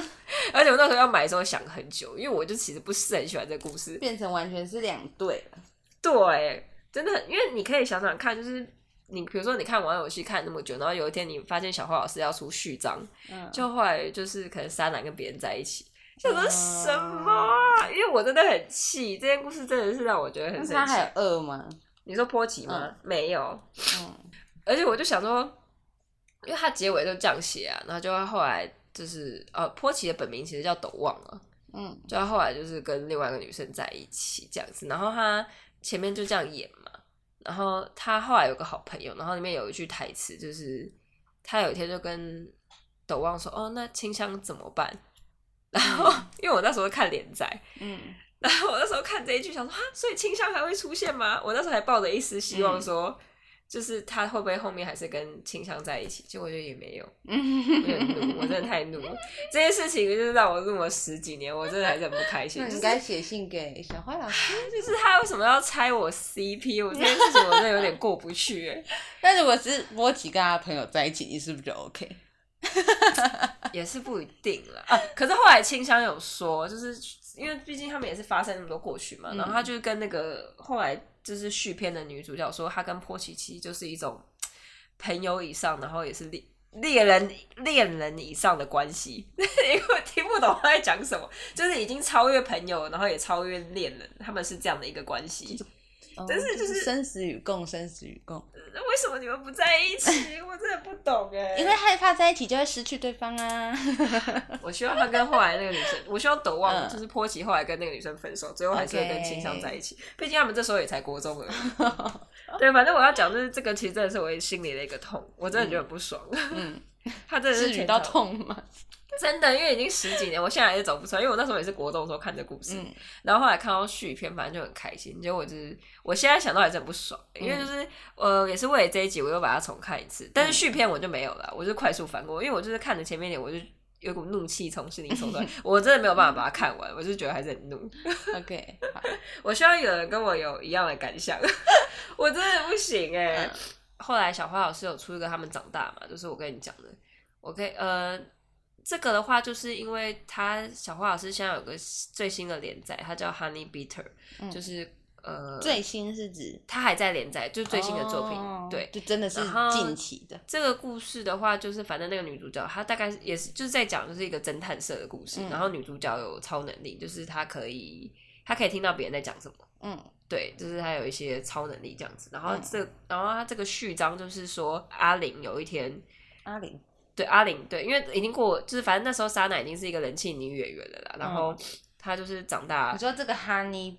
Speaker 1: 而且我那时候要买的时候想很久，因为我就其实不是很喜欢这个故事。
Speaker 2: 变成完全是两对了，
Speaker 1: 对，真的很，因为你可以想想看，就是你比如说你看玩游戏看那么久，然后有一天你发现小花老师要出序章，
Speaker 2: 嗯，
Speaker 1: 就后来就是可能沙男跟别人在一起，想说
Speaker 2: 嗯
Speaker 1: 什么啊？因为我真的很气，这件故事真的是让我觉得很
Speaker 2: 那
Speaker 1: 生
Speaker 2: 他
Speaker 1: 气。
Speaker 2: 还有二吗？
Speaker 1: 你说波奇吗？没有，
Speaker 2: 嗯，
Speaker 1: 而且我就想说，因为他结尾就这样写啊，然后就后来就是呃，波奇的本名其实叫斗旺啊，
Speaker 2: 嗯，
Speaker 1: 就他后来就是跟另外一个女生在一起这样子，然后他前面就这样演嘛，然后他后来有个好朋友，然后里面有一句台词就是他有一天就跟斗旺说：“哦，那清香怎么办？”然后、因为我那时候看连载，
Speaker 2: 嗯，
Speaker 1: (laughs) 然后我那时候看这一句想说啊，所以清香还会出现吗？我那时候还抱着一丝希
Speaker 2: 嗯
Speaker 1: 望说。就是他会不会后面还是跟清香在一起？结果就也没
Speaker 2: (laughs)
Speaker 1: 有，我就很怒，我真的太怒了。这件事情就是让我怒了十几年，我真的还是很不开心。
Speaker 2: 那
Speaker 1: 就
Speaker 2: 你
Speaker 1: 是
Speaker 2: 应该写信给小花老师。
Speaker 1: 就是他为什么要拆我 CP？我这件事情我真的有点过不去、欸，
Speaker 2: 但如果是波奇跟他朋友在一起，你是不是就 OK？
Speaker 1: 也是不一定啦。啊，可是后来清香有说，就是因为毕竟他们也是发生那么多过去嘛，
Speaker 2: 嗯
Speaker 1: 然后他就跟那个后来就是续篇的女主角说，她跟波奇其实就是一种朋友以上，然后也是恋恋人恋人以上的关系， (laughs) 因为我听不懂他在讲什么，就是已经超越朋友，然后也超越恋人，他们是这样的一个关系。但是就是
Speaker 2: 哦生死与共，生死与共，
Speaker 1: 那呃为什么你们不在一起？ (laughs) 我真的不懂哎、
Speaker 2: 因为害怕在一起就会失去对方 (laughs) 啊。
Speaker 1: 我希望他跟后来那个女生，我希望德旺
Speaker 2: 嗯
Speaker 1: 就是波奇后来跟那个女生分手，最后还是会跟清香在一起。毕竟他们这时候也才国中而已。
Speaker 2: (laughs)
Speaker 1: 对，反正我要讲就是这个，其实真的是我心里的一个痛，我真的觉得很不爽。
Speaker 2: 嗯，
Speaker 1: (laughs) 他真的是
Speaker 2: 至于
Speaker 1: 全
Speaker 2: 到
Speaker 1: 场，
Speaker 2: 痛吗？
Speaker 1: (laughs) 真的，因为已经十几年，我现在还是走不出来。因为我那时候也是国中的时候看的故事，
Speaker 2: 嗯
Speaker 1: 然后后来看到续篇，反正就很开心。结果我就是我现在想到还是很不爽，因为就是、呃也是为了这一集，我又把它重看一次。但是续篇我就没有了，我就快速翻过，因为我就是看了前面一点，我就有股怒气从心里冲出来，我真的没有办法把它看完，我就觉得还是很怒。
Speaker 2: (laughs) ，OK，好，
Speaker 1: 我希望有人跟我有一样的感想， (laughs) 我真的不行哎、
Speaker 2: 嗯
Speaker 1: 后来小花老师有出一个他们长大嘛，就是我跟你讲的，我可以呃，这个的话就是因为他小花老师现在有个最新的连载，它叫 Honey Bitter，、
Speaker 2: 嗯
Speaker 1: 就是呃，
Speaker 2: 最新是指
Speaker 1: 他还在连载， (laughs) 就是最新的作品，
Speaker 2: 哦
Speaker 1: 对。
Speaker 2: 就真的是
Speaker 1: 然后
Speaker 2: 近期的，
Speaker 1: 这个故事的话，就是反正那个女主角她大概是也是就是在讲就是一个侦探社的故事，
Speaker 2: 嗯
Speaker 1: 然后女主角有超能力，就是她可以她可以听到别人在讲什么，
Speaker 2: 嗯
Speaker 1: 对，就是他有一些超能力这样子。然后
Speaker 2: 嗯
Speaker 1: 这，然后他这个序章就是说，阿玲有一天，
Speaker 2: 阿玲，
Speaker 1: 对阿玲，对，因为已经过，就是反正那时候莎娜已经是一个人气女演员了啦。
Speaker 2: 嗯
Speaker 1: 然后她就是长大
Speaker 2: 你，说这个 Honey，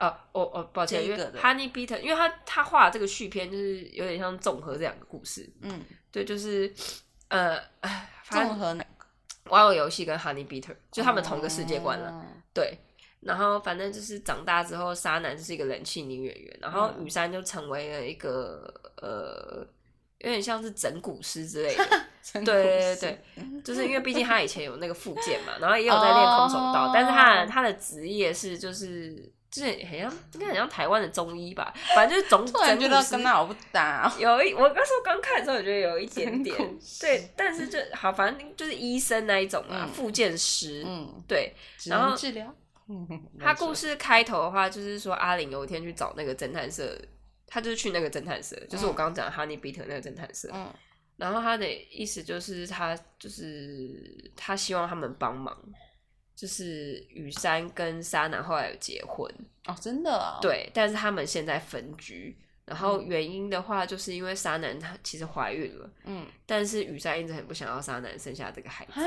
Speaker 1: 哦哦哦，抱歉，
Speaker 2: 这
Speaker 1: 因
Speaker 2: 一
Speaker 1: 为
Speaker 2: 个的
Speaker 1: Honey Beater，因为她她画的这个续篇就是有点像综合这两个故事，
Speaker 2: 嗯，
Speaker 1: 对，就是呃，哎反
Speaker 2: 综
Speaker 1: 正
Speaker 2: 合哦哪
Speaker 1: 玩偶游戏跟 Honey Beater 就他们同个世界观了。
Speaker 2: 了，
Speaker 1: 对，然后反正就是长大之后，沙男就是一个人气女演员，然后
Speaker 2: 嗯
Speaker 1: 雨山就成为了一个呃，有点像是整蛊师之类
Speaker 2: (laughs)
Speaker 1: 的，
Speaker 2: 对
Speaker 1: 对对对，就是因为毕竟他以前有那个附件嘛，然后也有在练空手道，但是他的
Speaker 2: 哦
Speaker 1: 他的职业是就是就是很像应该很像台湾的中医吧，反正就是总
Speaker 2: (laughs) 突然觉
Speaker 1: 整
Speaker 2: 得
Speaker 1: 蛊师
Speaker 2: 跟他好不搭哦，
Speaker 1: 有一，我那时候刚看的时候，我觉得有一点点
Speaker 2: 整蛊，
Speaker 1: 对，但是就好，反正就是医生那一种啊，
Speaker 2: 嗯
Speaker 1: 复健师，
Speaker 2: 嗯，
Speaker 1: 对，
Speaker 2: 只
Speaker 1: 然后
Speaker 2: 能治疗。嗯
Speaker 1: 他故事开头的话，就是说阿玲有一天去找那个侦探社，他就是去那个侦探社，就是我刚刚讲的 Honey Beater 那个侦探社。
Speaker 2: 嗯
Speaker 1: 然后他的意思就是他就是他希望他们帮忙，就是雨山跟沙男后来有结婚，
Speaker 2: 哦，真的啊、哦，，
Speaker 1: 对，但是他们现在分居。然后原因的话，就是因为沙男她其实怀孕了，
Speaker 2: 嗯，
Speaker 1: 但是雨山一直很不想要沙男生下这个孩子
Speaker 2: 啊，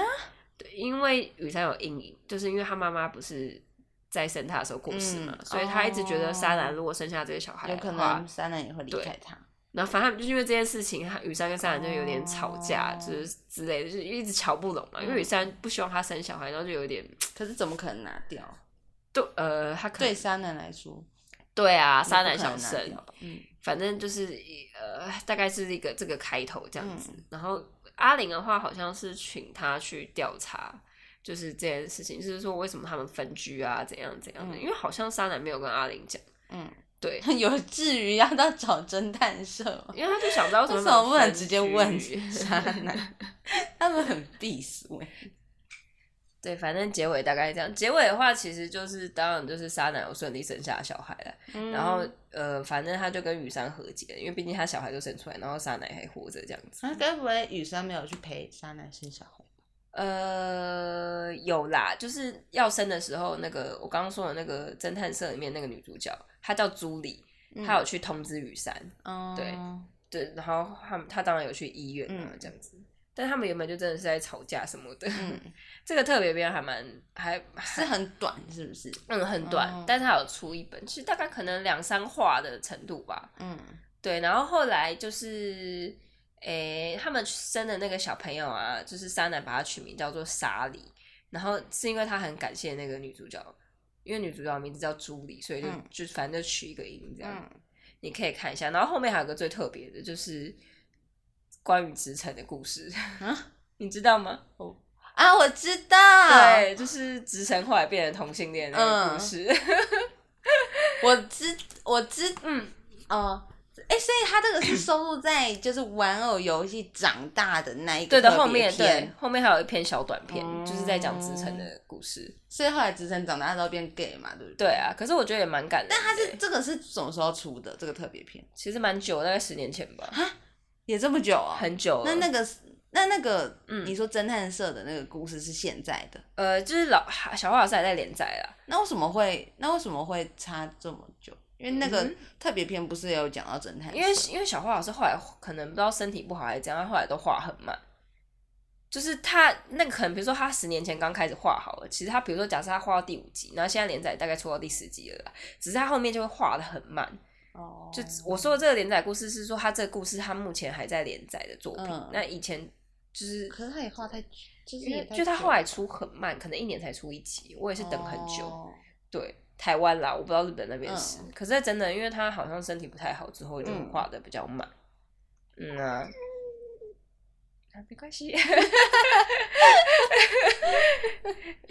Speaker 1: 对，因为雨山有阴影，就是因为他妈妈不是在生他的时候过世嘛，
Speaker 2: 嗯
Speaker 1: 所以他一直觉得
Speaker 2: 哦
Speaker 1: 沙男如果生下这个小孩
Speaker 2: 有
Speaker 1: 的
Speaker 2: 可
Speaker 1: 话
Speaker 2: 能，三人也会离
Speaker 1: 对
Speaker 2: 开他，
Speaker 1: 然后反正他们就是因为这件事情，他雨山跟三兰就有点吵架，
Speaker 2: 哦嗯
Speaker 1: 就是之类的，就是一直瞧不拢嘛。因为雨山不希望他生小孩，然后就有点
Speaker 2: 可是怎么可能拿掉？
Speaker 1: 都呃，他可能
Speaker 2: 对三人来说，
Speaker 1: 对啊，
Speaker 2: 你
Speaker 1: 三
Speaker 2: 不
Speaker 1: 男
Speaker 2: 可
Speaker 1: 小
Speaker 2: 能拿
Speaker 1: 生，
Speaker 2: 掉，嗯， (laughs)
Speaker 1: 反正就是一呃，大概是一个这个开头这样子。
Speaker 2: 嗯
Speaker 1: 然后阿玲的话，好像是请他去调查，就是这件事情，就是说为什么他们分居啊，怎样怎样的。
Speaker 2: 嗯
Speaker 1: 因为好像沙男没有跟阿玲讲，
Speaker 2: 嗯，
Speaker 1: 对，
Speaker 2: 有至于要到找侦探社吗？
Speaker 1: 因为他就想不到为
Speaker 2: 为
Speaker 1: 什么
Speaker 2: 什么
Speaker 1: 他
Speaker 2: 不
Speaker 1: 们
Speaker 2: 能
Speaker 1: 分
Speaker 2: 直
Speaker 1: 居
Speaker 2: 接问
Speaker 1: (laughs)
Speaker 2: 渣男？ (laughs) 他们很避俗哎。
Speaker 1: 对，反正结尾大概这样。结尾的话，其实就是当然就是沙男有顺利生下小孩了，然
Speaker 2: 嗯
Speaker 1: 后呃，反正他就跟雨山和解了，因为毕竟他小孩都生出来，然后沙男还活着这样子。
Speaker 2: 啊，该不会雨山没有去陪渣男生小孩？
Speaker 1: 呃，有啦，就是要生的时候，那个我刚刚说的那个侦探社里面那个女主角，她叫朱莉，她有去通知雨山，
Speaker 2: 嗯，
Speaker 1: 对
Speaker 2: 哦
Speaker 1: 对，然后他们她当然有去医院啊，
Speaker 2: 嗯
Speaker 1: 这样子。但他们原本就真的是在吵架什么的，
Speaker 2: 嗯，
Speaker 1: (laughs) 这个特别篇还蛮还
Speaker 2: 是很短，是不是？
Speaker 1: 嗯很短，
Speaker 2: 哦
Speaker 1: 但是它有出一本，其实大概可能两三话的程度吧。
Speaker 2: 嗯
Speaker 1: 对，然后后来就是，诶、他们生的那个小朋友啊，就是沙男把他取名叫做沙里，然后是因为他很感谢那个女主角，因为女主角的名字叫朱莉，所以就、
Speaker 2: 嗯
Speaker 1: 就反正就取一个音这样。
Speaker 2: 嗯，
Speaker 1: 你可以看一下，然后后面还有个最特别的，就是关于职场的故事，
Speaker 2: 啊
Speaker 1: (laughs) 你知道吗？
Speaker 2: 啊，我知道，，
Speaker 1: 对，就是直城后来变成同性恋的那个故事。 (laughs)
Speaker 2: 我知我知，
Speaker 1: 嗯，
Speaker 2: 哦。哎，所以他这个是收录在就是玩偶游戏长大的那一个
Speaker 1: 对的，
Speaker 2: 特别
Speaker 1: 后面对
Speaker 2: 篇，
Speaker 1: 后面还有一篇小短片，
Speaker 2: 哦
Speaker 1: 就是在讲直城的故事。
Speaker 2: 所以后来直成长大之后变 gay 嘛，对不
Speaker 1: 对
Speaker 2: 对？
Speaker 1: 啊，可是我觉得也蛮感人的欸。
Speaker 2: 但他是这个是什么时候出的？这个特别篇
Speaker 1: 其实蛮久，大概十年前吧，
Speaker 2: 也这么久啊、
Speaker 1: 很久了。
Speaker 2: 那那个是那那个，
Speaker 1: 嗯
Speaker 2: 你说侦探社的那个故事是现在的，
Speaker 1: 呃，就是老小花老师还在连载啦。
Speaker 2: 那为什么会那为什么会差这么久？因为那个
Speaker 1: 嗯
Speaker 2: 特别篇不是也有讲到侦探社，
Speaker 1: 因为因为小花老师后来可能不知道身体不好还是怎样，她后来都画很慢。就是他那个可能，比如说他十年前刚开始画好了，其实他比如说假设他画到第五集，然后现在连载大概出到第十集了啦，只是他后面就会画的很慢。
Speaker 2: 哦，
Speaker 1: 就我说的这个连载故事是说他这个故事他目前还在连载的作品，
Speaker 2: 嗯
Speaker 1: 那以前就是
Speaker 2: 可是他也画太久，就是
Speaker 1: 因
Speaker 2: 也
Speaker 1: 为
Speaker 2: 太
Speaker 1: 就他
Speaker 2: 久
Speaker 1: 后来出很慢，可能一年才出一集，我也是等很久。
Speaker 2: 哦
Speaker 1: 对，台湾啦，我不知道日本那边是，
Speaker 2: 嗯
Speaker 1: 可是真的，因为他好像身体不太好，之后就
Speaker 2: 嗯
Speaker 1: 画的比较慢。嗯啊，啊没关系， (laughs)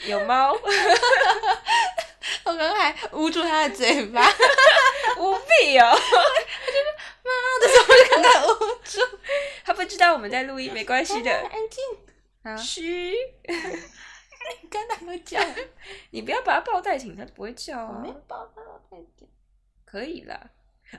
Speaker 1: 有
Speaker 2: (laughs)
Speaker 1: 猫，
Speaker 2: 我刚刚还捂住他的嘴
Speaker 1: (laughs)
Speaker 2: 巴，
Speaker 1: 无比哦，
Speaker 2: (laughs)
Speaker 1: (laughs)
Speaker 2: 刚刚捂住，
Speaker 1: 他不知道我们在录音，没关
Speaker 2: (laughs)
Speaker 1: 系的。
Speaker 2: 安静。好，
Speaker 1: 嘘，
Speaker 2: 刚才有讲，
Speaker 1: 你不要把它抱在一起，它不会叫
Speaker 2: 我
Speaker 1: 啊
Speaker 2: 没。有抱到我太紧
Speaker 1: 可以啦。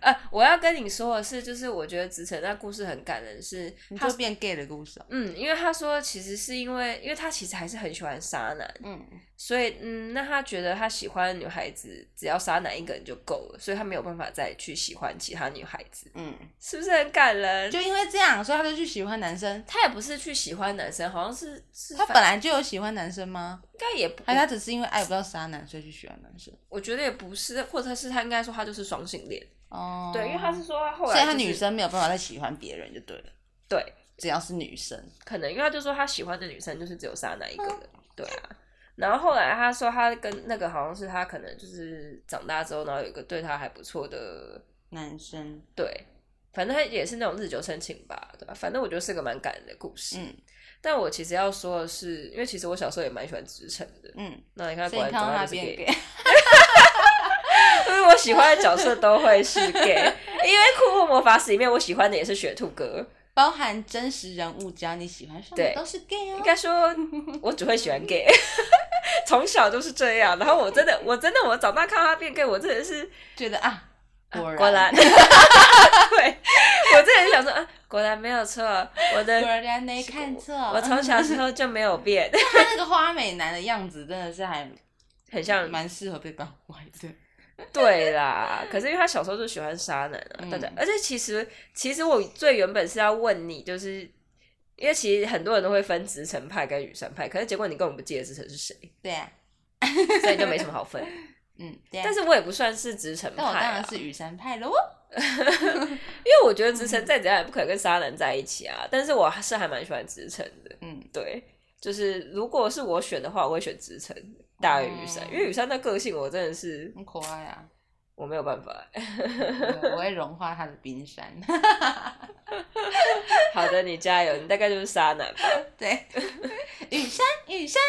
Speaker 1: 啊，我要跟你说的是，就是我觉得子晨那故事很感人是，
Speaker 2: 你
Speaker 1: 他
Speaker 2: 就变 gay 的故事哦。
Speaker 1: 嗯，因为他说其实是因为，因为他其实还是很喜欢沙男，
Speaker 2: 嗯，
Speaker 1: 所以嗯，那他觉得他喜欢的女孩子只要沙男一个人就够了，所以他没有办法再去喜欢其他女孩子，
Speaker 2: 嗯，
Speaker 1: 是不是很感人？
Speaker 2: 就因为这样，所以他就去喜欢男生。
Speaker 1: 他也不是去喜欢男生，好像是是
Speaker 2: 他
Speaker 1: 反
Speaker 2: 本来就有喜欢男生吗？
Speaker 1: 应该也不，
Speaker 2: 还是他只是因为爱不到渣男，所以去喜欢男生？
Speaker 1: 我觉得也不是，或者是他应该说他就是双性恋，
Speaker 2: 哦，
Speaker 1: 对，因为他是，说他后来、
Speaker 2: 所以他女，生没有办法再喜欢别人就对了，
Speaker 1: 对，
Speaker 2: 只要是女生，
Speaker 1: 可能因为他就说他喜欢的女生就是只有莎娜一个
Speaker 2: 嗯
Speaker 1: 人，对啊。然后后来他说他跟那个好像是他可能就是长大之后，然后有一个对他还不错的，
Speaker 2: 男生，
Speaker 1: 对，反正他也是那种日久生情吧，对吧、啊反正我觉得是个蛮感人的故事。
Speaker 2: 嗯
Speaker 1: 但我其实要说的是，因为其实我小时候也蛮喜欢直城的，
Speaker 2: 嗯，
Speaker 1: 那你看
Speaker 2: 所
Speaker 1: 果然
Speaker 2: 以你看
Speaker 1: 长
Speaker 2: 到
Speaker 1: 大
Speaker 2: 他
Speaker 1: 就是
Speaker 2: 变
Speaker 1: gay，
Speaker 2: gay，
Speaker 1: (laughs) 因为我喜欢的角色都会是 gay，因为酷酷魔法使里面我喜欢的也是雪兔哥，
Speaker 2: 包含真实人物，只要你喜欢上
Speaker 1: 对
Speaker 2: 的都是 gay
Speaker 1: 应
Speaker 2: 哦。
Speaker 1: 该说，我只会喜欢 gay，从小就是这样。然后我真
Speaker 2: (laughs)
Speaker 1: 的，我真的，我长大看到他变 gay，我真的是
Speaker 2: 觉得啊，果
Speaker 1: 果
Speaker 2: 然果 (laughs)
Speaker 1: 然，对，我真的是想说啊，果然没有错，我的
Speaker 2: 然啊没看错，
Speaker 1: 我从小时候就没有变， (laughs)
Speaker 2: 他那个花美男的样子真的是还
Speaker 1: 很像
Speaker 2: 蛮适合被关怀的。
Speaker 1: 对啦。可是因为他小时候就喜欢杀人啊，
Speaker 2: 嗯
Speaker 1: 大家，而且其实其实我最原本是要问你，就是。因为其实很多人都会分直城派跟羽山派，可是结果你根本不记得直城是谁，
Speaker 2: (laughs) 对啊，
Speaker 1: 所以就没什么好分。
Speaker 2: (laughs) 嗯，对啊
Speaker 1: 但。是我也不算是直城派、
Speaker 2: 但我当
Speaker 1: 啊
Speaker 2: 然，是雨山派喽。
Speaker 1: 因为我觉得
Speaker 2: 嗯
Speaker 1: 直城再怎样也不可能跟渣男在一起啊。但是我还是还蛮喜欢直城的，
Speaker 2: 嗯，
Speaker 1: 对，就是如果是我选的话，我会选直城大于雨山，
Speaker 2: 哦
Speaker 1: 因为雨山的个性我真的是
Speaker 2: 很可爱 (laughs) 啊！
Speaker 1: 我没有办法。欸
Speaker 2: 对我会融化它的冰山。
Speaker 1: (laughs)
Speaker 2: (laughs)
Speaker 1: 好的，你加油，你大概就是渣男吧，
Speaker 2: 对， (laughs) 雨山，雨山，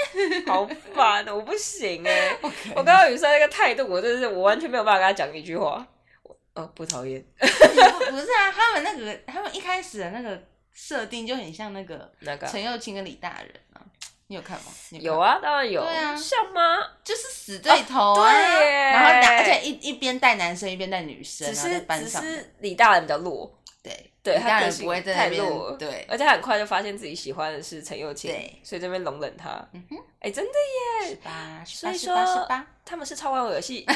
Speaker 1: 好烦哦，我不行哎、
Speaker 2: (laughs) 我
Speaker 1: 我刚刚雨山那个态度，我真的是我完全没有办法跟他讲一句话。我呃，不讨厌
Speaker 2: (laughs) 不不是啊，他们那个他们一开始的那个设定就很像那个
Speaker 1: 那个
Speaker 2: 陈幼卿跟李大人啊，你啊有看吗？你
Speaker 1: 有
Speaker 2: 看吗，
Speaker 1: 啊，当然有，
Speaker 2: 对啊
Speaker 1: 像吗？
Speaker 2: 就是死对头啊，
Speaker 1: 对耶
Speaker 2: 然后打，而且一一边带男生一边带女生，
Speaker 1: 只
Speaker 2: 然啊后在
Speaker 1: 是
Speaker 2: 班
Speaker 1: 只
Speaker 2: 上
Speaker 1: 是李大人比较弱，
Speaker 2: 对
Speaker 1: 对
Speaker 2: 李大
Speaker 1: 他个
Speaker 2: 人
Speaker 1: 性
Speaker 2: 不会在那
Speaker 1: 太弱了
Speaker 2: 边对，
Speaker 1: 而且他很快就发现自己喜欢的是陈幼卿
Speaker 2: 对，
Speaker 1: 所以这边容忍他。
Speaker 2: 嗯哼，
Speaker 1: 哎、真的，
Speaker 2: 十八十
Speaker 1: 所
Speaker 2: 八
Speaker 1: 以
Speaker 2: 十八
Speaker 1: 说
Speaker 2: 十八，
Speaker 1: 他们是超玩我游戏，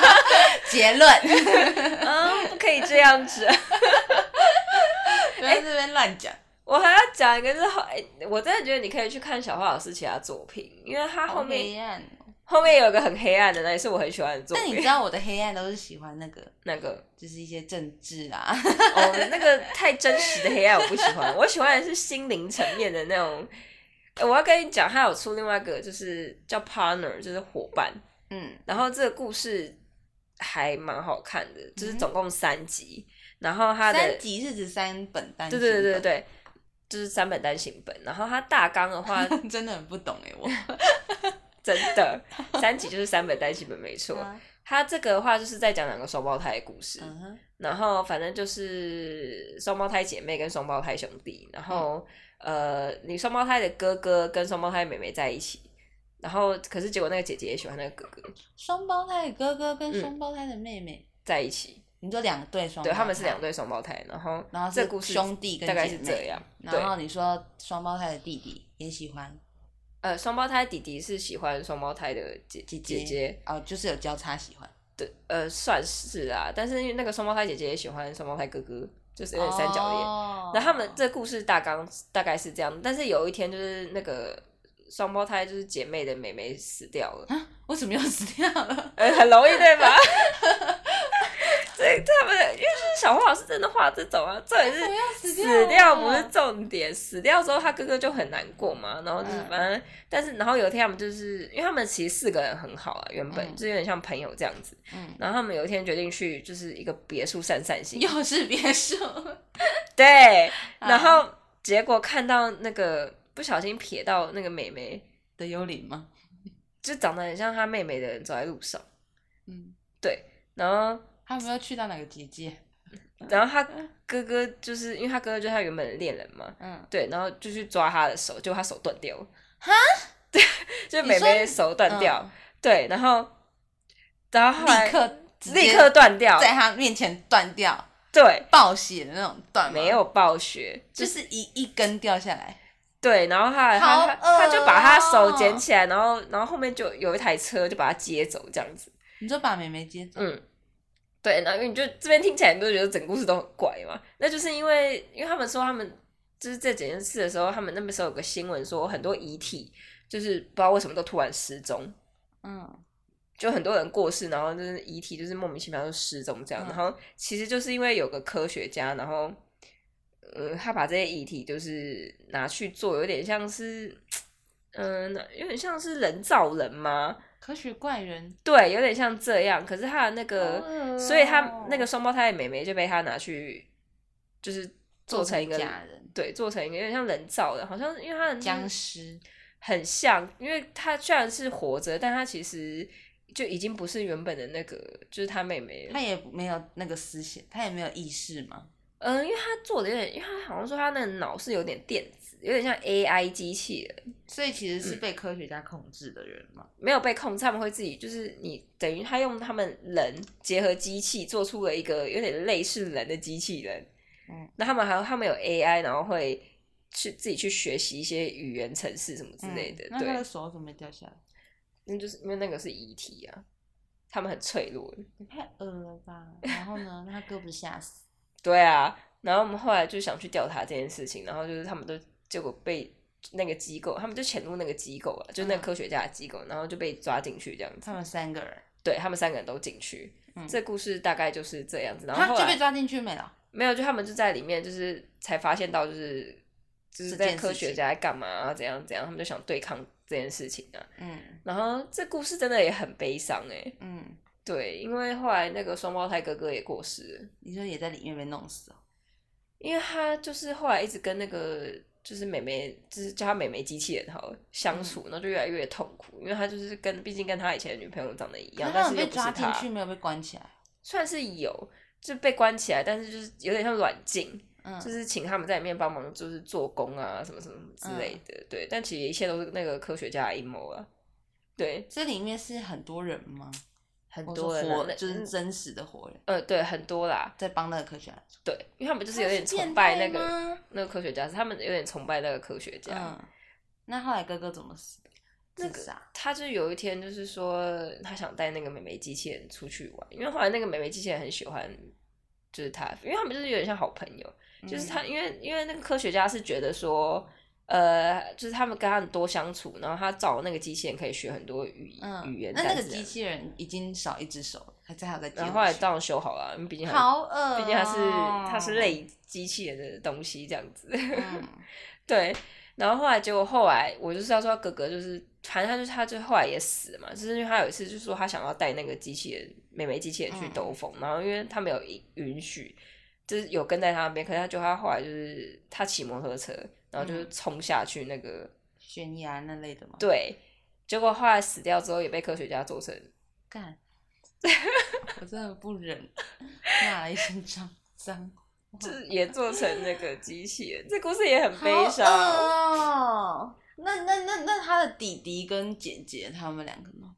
Speaker 2: (laughs) 结论，
Speaker 1: 嗯，不可以这样子。
Speaker 2: (laughs)
Speaker 1: (laughs)
Speaker 2: 不要在这边乱讲，
Speaker 1: 我还要讲一个是后，哎、我真的觉得你可以去看小花老师其他作品，因为他后
Speaker 2: 好
Speaker 1: 面
Speaker 2: 黑暗哦。
Speaker 1: 后面有一个很黑暗的，那也是我很喜欢的作
Speaker 2: 但你
Speaker 1: 品。
Speaker 2: 知道我的黑暗都是喜欢那个，
Speaker 1: 那
Speaker 2: (laughs)
Speaker 1: 个
Speaker 2: 就是一些政治啊，
Speaker 1: 哦，那个太真实的黑暗我不喜欢，我喜欢的是心灵层面的那种。哎我要跟你讲，他有出另外一个，就是叫 partner，就是伙伴。
Speaker 2: (laughs) 嗯，
Speaker 1: 然后这个故事还蛮好看的，就是总共三集。然后他的
Speaker 2: 嗯三集是指三本单
Speaker 1: 对
Speaker 2: 行
Speaker 1: 对
Speaker 2: 本，
Speaker 1: 对对对，就是三本单行本。然后它大纲的话，
Speaker 2: 对， (laughs) 真的很不懂哎，我
Speaker 1: 真的三集就是三本单行本没错。它这个的话就是在讲两个双胞胎的故事，
Speaker 2: 嗯哼，
Speaker 1: 然后反正就是双胞胎姐妹跟双胞胎兄弟，然后、
Speaker 2: 嗯
Speaker 1: 呃，你双胞胎的哥哥跟双胞胎妹妹在一起。然后，可是结果那个姐姐也喜欢那个哥哥，
Speaker 2: 双胞胎的哥哥
Speaker 1: 嗯
Speaker 2: 跟双胞胎的妹妹，
Speaker 1: 在一起。
Speaker 2: 你说两对双，
Speaker 1: 对，他们是两，对双胞胎。然后，
Speaker 2: 然后
Speaker 1: 这
Speaker 2: 是
Speaker 1: 个故事
Speaker 2: 兄弟跟
Speaker 1: 大概
Speaker 2: 姐
Speaker 1: 是
Speaker 2: 妹
Speaker 1: 这样。对
Speaker 2: 然，后你说双胞胎的弟弟也喜欢
Speaker 1: 呃，双胞胎弟弟是喜欢双胞胎的姐姐
Speaker 2: 姐哦，就是有交叉喜欢，
Speaker 1: 对，呃，算是啊，但是因为那个双胞胎姐姐也喜欢双胞胎哥哥，就是有点三角恋。
Speaker 2: 哦
Speaker 1: 然后他们这故事大纲大概是这样，但是有一天就是那个双胞胎就是姐妹的妹妹死掉了，
Speaker 2: 啊，为什么又死掉了？
Speaker 1: 呃，很容易对吧？ (laughs) 对，他们因为就是小花老师真的画这种啊，重点
Speaker 2: (laughs)
Speaker 1: 是
Speaker 2: 我要死掉了，
Speaker 1: 死掉不是重点，死掉之后他哥哥就很难过嘛，然后就是
Speaker 2: 哦嗯
Speaker 1: 反正，但是然后有一天他们就是因为他们其实四个人很好啊，原本
Speaker 2: 嗯
Speaker 1: 就有点像朋友这样子，
Speaker 2: (laughs) 嗯，
Speaker 1: 然后他们有一天决定去就是一个别墅散散心，
Speaker 2: 又是别墅，
Speaker 1: 对，
Speaker 2: 啊
Speaker 1: 然后结果看到那个不小心瞥到那个妹妹，
Speaker 2: 的幽灵吗？
Speaker 1: 就长得很像她妹妹的人走在路上，
Speaker 2: 嗯，
Speaker 1: 然后
Speaker 2: 他们要去到哪个结界？嗯
Speaker 1: 然后她哥哥就是因为她哥哥就是她原本的恋人嘛，
Speaker 2: 嗯，
Speaker 1: 对，然后就去抓她的手，结果她手断掉了，
Speaker 2: 哈，
Speaker 1: (laughs) 对，就
Speaker 2: 你
Speaker 1: 妹
Speaker 2: 说
Speaker 1: 妹的手断掉，对，然后然嗯后
Speaker 2: 嗯，
Speaker 1: 后来
Speaker 2: 立刻直接
Speaker 1: 立刻断掉，
Speaker 2: 在他面前断掉，
Speaker 1: 对，
Speaker 2: 暴血的那种断吗，
Speaker 1: 没有暴血，
Speaker 2: 就是一一根掉下来，
Speaker 1: 对，然后他来
Speaker 2: 好
Speaker 1: 他他他
Speaker 2: 恶
Speaker 1: 就把他手
Speaker 2: 哦
Speaker 1: 捡起来，然后然后后面就有一台车就把他接走，这样子。
Speaker 2: 你就把妹妹接走。
Speaker 1: 嗯，对，然后你就这边听起来你都觉得整个故事都很怪嘛，那就是因为因为他们说他们就是这整件事的时候，他们那边时候有个新闻说很多遗体就是不知道为什么都突然失踪，
Speaker 2: 嗯，
Speaker 1: 就很多人过世，然后就是遗体就是莫名其妙就失踪这样，
Speaker 2: 嗯
Speaker 1: 然后其实就是因为有个科学家，然后呃，他把这些遗体就是拿去做，有点像是嗯、呃有点像是人造人吗？
Speaker 2: 科学怪人，
Speaker 1: 对，有点像这样。可是他的那个，
Speaker 2: 好恶哦
Speaker 1: 所以他那个双胞胎的妹妹就被他拿去就是做成一个嗯
Speaker 2: 假人，
Speaker 1: 对，做成一个有点像人造的，好像因为他的
Speaker 2: 僵尸，
Speaker 1: 很像，因为他虽然是活着，但他其实就已经不是原本的那个，就是他妹妹
Speaker 2: 他。也没有那个思想，他也没有意识嘛。
Speaker 1: 嗯、因为他做的有点，因为他好像说他那个脑是有点电子，有点像 AI 机器人，
Speaker 2: 所以其实是被科学家控制的人嘛。
Speaker 1: 没有被控制，他们会自己就是你等于他用他们人结合机器做出了一个有点类似人的机器人。
Speaker 2: 嗯，
Speaker 1: 那他们还有他们有 AI，然后会去自己去学习一些语言程式什么之类的。
Speaker 2: 嗯那他
Speaker 1: 对
Speaker 2: 的，手怎么掉下来？
Speaker 1: 那就是因为那个是遗体啊，他们很脆弱的。
Speaker 2: 也太恶了吧！然后呢，他胳膊吓死。
Speaker 1: 对啊，然后我们后来就想去调查这件事情，然后就是他们都结果被那个机构，他们就潜入那个机构啊，就那个
Speaker 2: 嗯
Speaker 1: 科学家的机构，然后就被抓进去这样子
Speaker 2: 他。们三个人，
Speaker 1: 对他们三个人都进去。
Speaker 2: 嗯
Speaker 1: 这故事大概就是这样子，然
Speaker 2: 他
Speaker 1: 后后
Speaker 2: 就
Speaker 1: 来
Speaker 2: 被抓进去没了？
Speaker 1: 没有，就他们就在里面，就是才发现到，就是就是
Speaker 2: 这
Speaker 1: 在
Speaker 2: 件
Speaker 1: 科
Speaker 2: 事
Speaker 1: 学
Speaker 2: 情
Speaker 1: 家在干嘛啊，怎样怎样，他们就想对抗这件事情啊。
Speaker 2: 嗯
Speaker 1: 然后这故事真的也很悲伤哎、
Speaker 2: 嗯，
Speaker 1: 对，因为后来那个双胞胎哥哥也过世了，
Speaker 2: 你说也在里面被弄死哦？
Speaker 1: 因为他就是后来一直跟那个就是妹妹，就是叫他妹妹机器人好了相处，
Speaker 2: 嗯
Speaker 1: 然后就越来越痛苦，因为他就是跟毕竟跟他以前的女朋友长得一样，
Speaker 2: 可
Speaker 1: 但
Speaker 2: 他
Speaker 1: 是
Speaker 2: 们
Speaker 1: 又
Speaker 2: 被
Speaker 1: 不是
Speaker 2: 抓进
Speaker 1: 他，
Speaker 2: 去，没有被关起来。
Speaker 1: 算是有就被关起来，但是就是有点像软禁，
Speaker 2: 嗯，
Speaker 1: 就是请他们在里面帮忙，就是做工啊，什么什么之类
Speaker 2: 嗯
Speaker 1: 的。对，但其实一切都是那个科学家的阴谋啊。对，
Speaker 2: 这里面是很多人吗？
Speaker 1: 很
Speaker 2: 我
Speaker 1: 多
Speaker 2: 说
Speaker 1: 人啊
Speaker 2: 活
Speaker 1: 那
Speaker 2: 就是真实的活人
Speaker 1: 呃，对，很多啦，
Speaker 2: 在帮那个科学家，
Speaker 1: 对，因为他们就是有点
Speaker 2: 他是
Speaker 1: 崇拜那
Speaker 2: 变态
Speaker 1: 个
Speaker 2: 吗
Speaker 1: 那个科学家，是他们有点崇拜那个科学家。
Speaker 2: 嗯，那后来哥哥怎么死？
Speaker 1: 那
Speaker 2: 自
Speaker 1: 个
Speaker 2: 杀。
Speaker 1: 他就有一天就是说，他想带那个美美机器人出去玩，因为后来那个美美机器人很喜欢，就是他，因为他们就是有点像好朋友。就是
Speaker 2: 嗯
Speaker 1: 他，因为因为那个科学家是觉得说，呃，就是他们跟他们多相处，然后他找那个机器人可以学很多语、
Speaker 2: 嗯，
Speaker 1: 语言
Speaker 2: 那
Speaker 1: 单词啊。
Speaker 2: 那个机器人已经少一只手了，还在还有在接
Speaker 1: 然后后来
Speaker 2: 回去
Speaker 1: 当然修好了，因为毕竟还
Speaker 2: 好哦恶、
Speaker 1: 毕竟它是它是，类机器人的东西这样子。
Speaker 2: 嗯
Speaker 1: 对，然后后来结果后来我就是要说他哥哥就是，反正他就是他就后来也死了嘛，就是因为他有一次就说他想要带那个机器人妹妹机器人去
Speaker 2: 嗯
Speaker 1: 兜风，然后因为他没有允允许，就是有跟在他那边，可是他就他后来就是他骑摩托车，然后就是
Speaker 2: 嗯
Speaker 1: 冲下去那个、
Speaker 2: 悬崖那类的嘛。，
Speaker 1: 对，结果后来死掉之后也被科学家做成
Speaker 2: 干， (laughs) 我真的不忍，骂了一声脏脏话，
Speaker 1: 就是也做成那个机器人，这故事也很
Speaker 2: 好
Speaker 1: 悲伤。
Speaker 2: 恶哦。那那那那他的弟弟跟姐姐他们两个呢？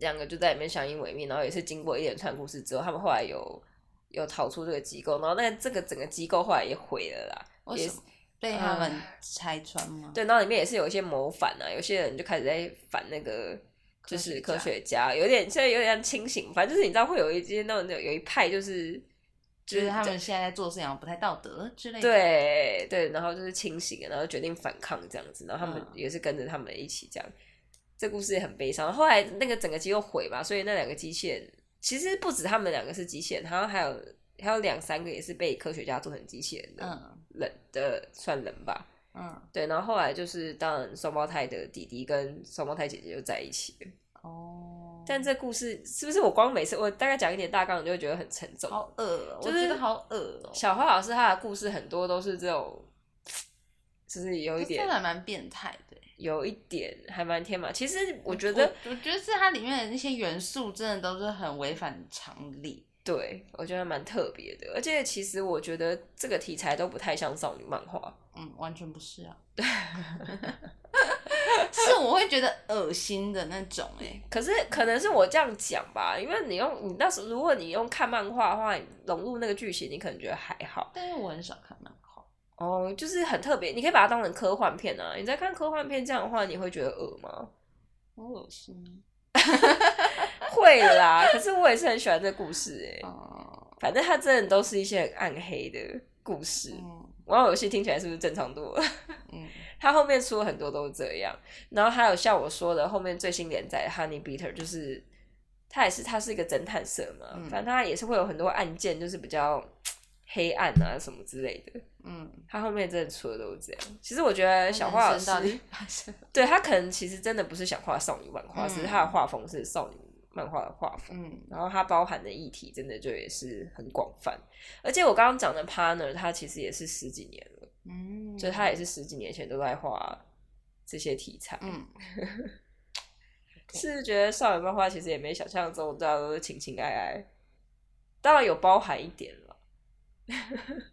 Speaker 1: 两个就在里面相依为命，然后也是经过一连串故事之后，他们后来有有逃出这个机构，然后那这个整个机构后来也毁了啦。
Speaker 2: 为
Speaker 1: 也
Speaker 2: 什么被他们拆穿吗？
Speaker 1: 对，然后里面也是有一些谋反啊，有些人就开始在反那个就是科学家，有点现在有点像清醒，反正就是你知道会有一些那种有一派就是
Speaker 2: 就
Speaker 1: 就是
Speaker 2: 是他们现在在做事情好像不太道德之类的。，
Speaker 1: 对对，然后就是清醒了，然后决定反抗这样子，然后他们
Speaker 2: 嗯
Speaker 1: 也是跟着他们一起这样。这故事也很悲伤。后来那个整个机构毁嘛，所以那两个机器人其实不止他们两个是机器人，好像还有还有两三个也是被科学家做成机器人的、
Speaker 2: 嗯
Speaker 1: 人的算人吧。
Speaker 2: 嗯，
Speaker 1: 对，然后后来就是当然双胞胎的弟弟跟双胞胎姐姐就在一起了。
Speaker 2: 哦，
Speaker 1: 但这故事是不是我光每次我大概讲一点大纲，你就会觉得很沉重？
Speaker 2: 好恶哦，
Speaker 1: 就
Speaker 2: 我
Speaker 1: 是
Speaker 2: 觉得好恶哦。
Speaker 1: 小花老师她的故事很多都是这种，就是有一
Speaker 2: 这
Speaker 1: 点
Speaker 2: 真的蛮变态的。
Speaker 1: 有一点还蛮天马。其实我觉得，
Speaker 2: 我，我觉得是它里面的那些元素真的都是很违反常理。
Speaker 1: 对我觉得还蛮特别的，而且其实我觉得这个题材都不太像少女漫画。
Speaker 2: 嗯，完全不是啊。 (laughs) 是我会觉得恶心的那种哎、
Speaker 1: 可是可能是我这样讲吧，因为你用你那时候，如果你用看漫画的话，你融入那个剧情，你可能觉得还好
Speaker 2: 但是我很少看漫画，
Speaker 1: 哦，就是很特别。你可以把它当成科幻片啊。你在看科幻片这样的话，你会觉得恶吗？
Speaker 2: 好恶心
Speaker 1: 会
Speaker 2: (laughs)
Speaker 1: 啦。可是我也是很喜欢这故事哎、
Speaker 2: 哦。
Speaker 1: 反正它真的都是一些很暗黑的故事。
Speaker 2: 嗯
Speaker 1: 玩偶游戏听起来是不是正常多了？
Speaker 2: 嗯，
Speaker 1: (laughs) 它后面出了很多都是这样，然后还有像我说的，后面最新连载《Honey Beater》就是，它也是它是一个侦探社嘛，
Speaker 2: 嗯
Speaker 1: 反正它也是会有很多案件，就是比较黑暗啊什么之类的。
Speaker 2: 嗯，
Speaker 1: 它后面真的出的都是这样。其实我觉得小花老
Speaker 2: 人生到底
Speaker 1: 师，
Speaker 2: 发生了
Speaker 1: 对他可能其实真的不是想画少女漫画，
Speaker 2: 嗯
Speaker 1: 只是他的画风是少女漫画的画风。
Speaker 2: 嗯
Speaker 1: 然后它包含的议题真的就也是很广泛，而且我刚刚讲的 partner，他其实也是十几年了，
Speaker 2: 嗯，
Speaker 1: 就他也是十几年前都在画这些题材，
Speaker 2: 嗯，
Speaker 1: 是觉得少女漫画其实也没想象中大家都是情情爱爱，当然有包含一点了，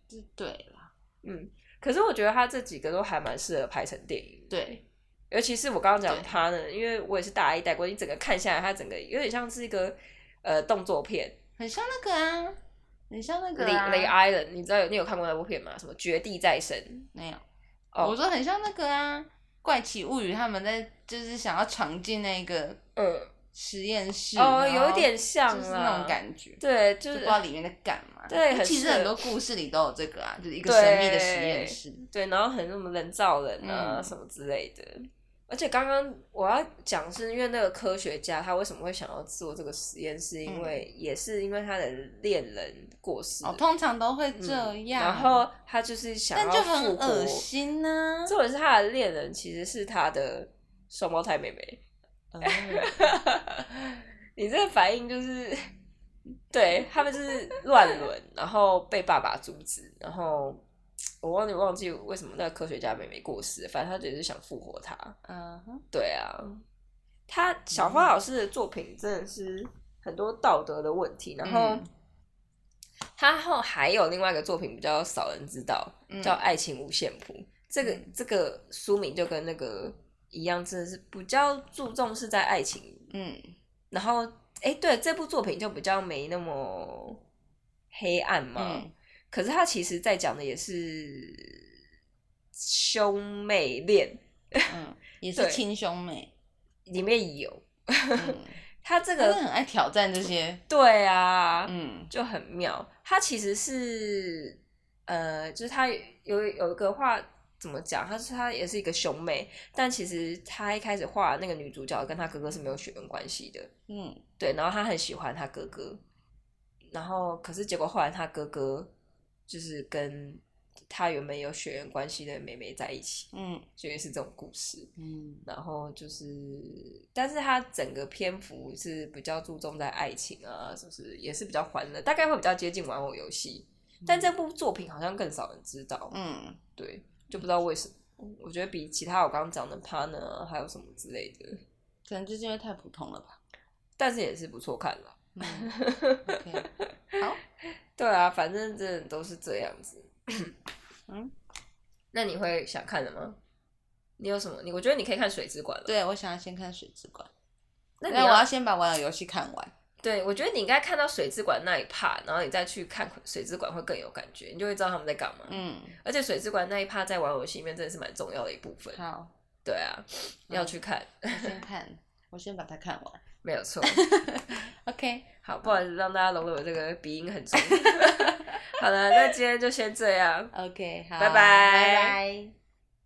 Speaker 2: 是对啦，
Speaker 1: 嗯，可是我觉得他这几个都还蛮适合拍成电影，，
Speaker 2: 对，
Speaker 1: 尤其是我刚刚讲
Speaker 2: 对
Speaker 1: partner，因为我也是大一带过，你整个看下来，它整个有点像是一个呃动作片，
Speaker 2: 很像那个啊，很像那
Speaker 1: 《
Speaker 2: 个
Speaker 1: Lay
Speaker 2: 啊，
Speaker 1: Lay Island》，你知道有你有看过那部片吗？什么《绝地再生》？
Speaker 2: 没有。
Speaker 1: 哦
Speaker 2: 我说很像那个啊，《怪奇物语》他们在就是想要闯进那个
Speaker 1: 嗯，
Speaker 2: 实验室，
Speaker 1: 哦，
Speaker 2: 然后
Speaker 1: 有点像
Speaker 2: 就是
Speaker 1: 啦
Speaker 2: 那种感觉，
Speaker 1: 对，就
Speaker 2: 就不
Speaker 1: 是
Speaker 2: 知道里面在干嘛。
Speaker 1: 对很
Speaker 2: 其实
Speaker 1: 适合
Speaker 2: 很多故事里都有这个啊，就是一个
Speaker 1: 对
Speaker 2: 神秘的实验室。
Speaker 1: 对，然后很什么人造人啊、
Speaker 2: 嗯
Speaker 1: 什么之类的，而且刚刚我要讲是因为那个科学家他为什么会想要做这个实验，是因为、也是因为他的恋人过世，
Speaker 2: 嗯哦，通常都会
Speaker 1: 嗯
Speaker 2: 这样，
Speaker 1: 然后他就是想
Speaker 2: 但
Speaker 1: 要
Speaker 2: 就
Speaker 1: 复
Speaker 2: 很
Speaker 1: 活。
Speaker 2: 恶心 (laughs) 呢、
Speaker 1: 重点是他的恋人其实是他的双胞胎妹妹，
Speaker 2: 哦
Speaker 1: (laughs) 你这个反应就是， (laughs) 对他们就是乱伦，然后被爸爸阻止，然后我忘记忘记为什么那个科学家妹妹过世，反正他只是想复活她。
Speaker 2: 嗯哼，
Speaker 1: 对啊，他小花老师的作品真的是很多道德的问题，然后
Speaker 2: 嗯
Speaker 1: 他后还有另外一个作品比较少人知道，
Speaker 2: 嗯
Speaker 1: 叫《爱情五线谱》。这个
Speaker 2: 嗯
Speaker 1: 这个书名就跟那个一样，真的是比较注重是在爱情，
Speaker 2: 嗯，
Speaker 1: 然后哎，对这部作品就比较没那么黑暗嘛。
Speaker 2: 嗯
Speaker 1: 可是他其实在讲的也是兄妹恋，
Speaker 2: 嗯， (laughs) 也是
Speaker 1: 对
Speaker 2: 亲兄 (laughs) 妹，
Speaker 1: 里面有
Speaker 2: (laughs) 嗯，
Speaker 1: 他这
Speaker 2: 他
Speaker 1: 个
Speaker 2: 们很爱挑战这些，
Speaker 1: 对啊，
Speaker 2: 嗯
Speaker 1: 就很妙。它其实是呃，就是它有有一个画怎么讲？它是它也是一个兄妹，但其实他一开始画那个女主角跟她哥哥是没有血缘关系的，
Speaker 2: 嗯
Speaker 1: 对。然后他很喜欢他哥哥，然后可是结果后来他哥哥就是跟他原本有血缘关系的妹妹在一起，
Speaker 2: 嗯
Speaker 1: 所以是这种故事。
Speaker 2: 嗯
Speaker 1: 然后就是，但是它整个篇幅是比较注重在爱情啊，就是也是比较欢乐，大概会比较接近玩偶游戏。但这部作品好像更少人知道，
Speaker 2: 嗯，
Speaker 1: 对，就不知道为什么。我觉得比其他我刚刚讲的 partner 啊还有什么之类的，
Speaker 2: 可能就是因为太普通了吧。
Speaker 1: 但是也是不错看了。
Speaker 2: (laughs) 嗯，OK，好，
Speaker 1: 对啊，反正真的都是这样子。
Speaker 2: (coughs) 嗯，
Speaker 1: 那你会想看的吗？你有什么？你我觉得你可以看《水之馆》了。
Speaker 2: 对啊我想要先看《水之馆》，
Speaker 1: 那你
Speaker 2: 那我
Speaker 1: 要
Speaker 2: 要先把玩偶游戏看完。
Speaker 1: 对，我觉得你应该看到水之馆那一 part，然后你再去看水之馆会更有感觉，你就会知道他们在干嘛。
Speaker 2: 嗯，
Speaker 1: 而且水之馆那一 part 在玩游戏里面真的是蛮重要的一部分。
Speaker 2: 好，嗯
Speaker 1: 对啊，要去看，
Speaker 2: 我先看，我先把它看完。
Speaker 1: 没有错。
Speaker 2: (laughs) OK，
Speaker 1: 好，不好意思让大家容忍我这个
Speaker 2: (laughs)
Speaker 1: (laughs) 鼻音很重。好了，那今天就先这样。
Speaker 2: OK，好，
Speaker 1: 拜拜
Speaker 2: 拜拜。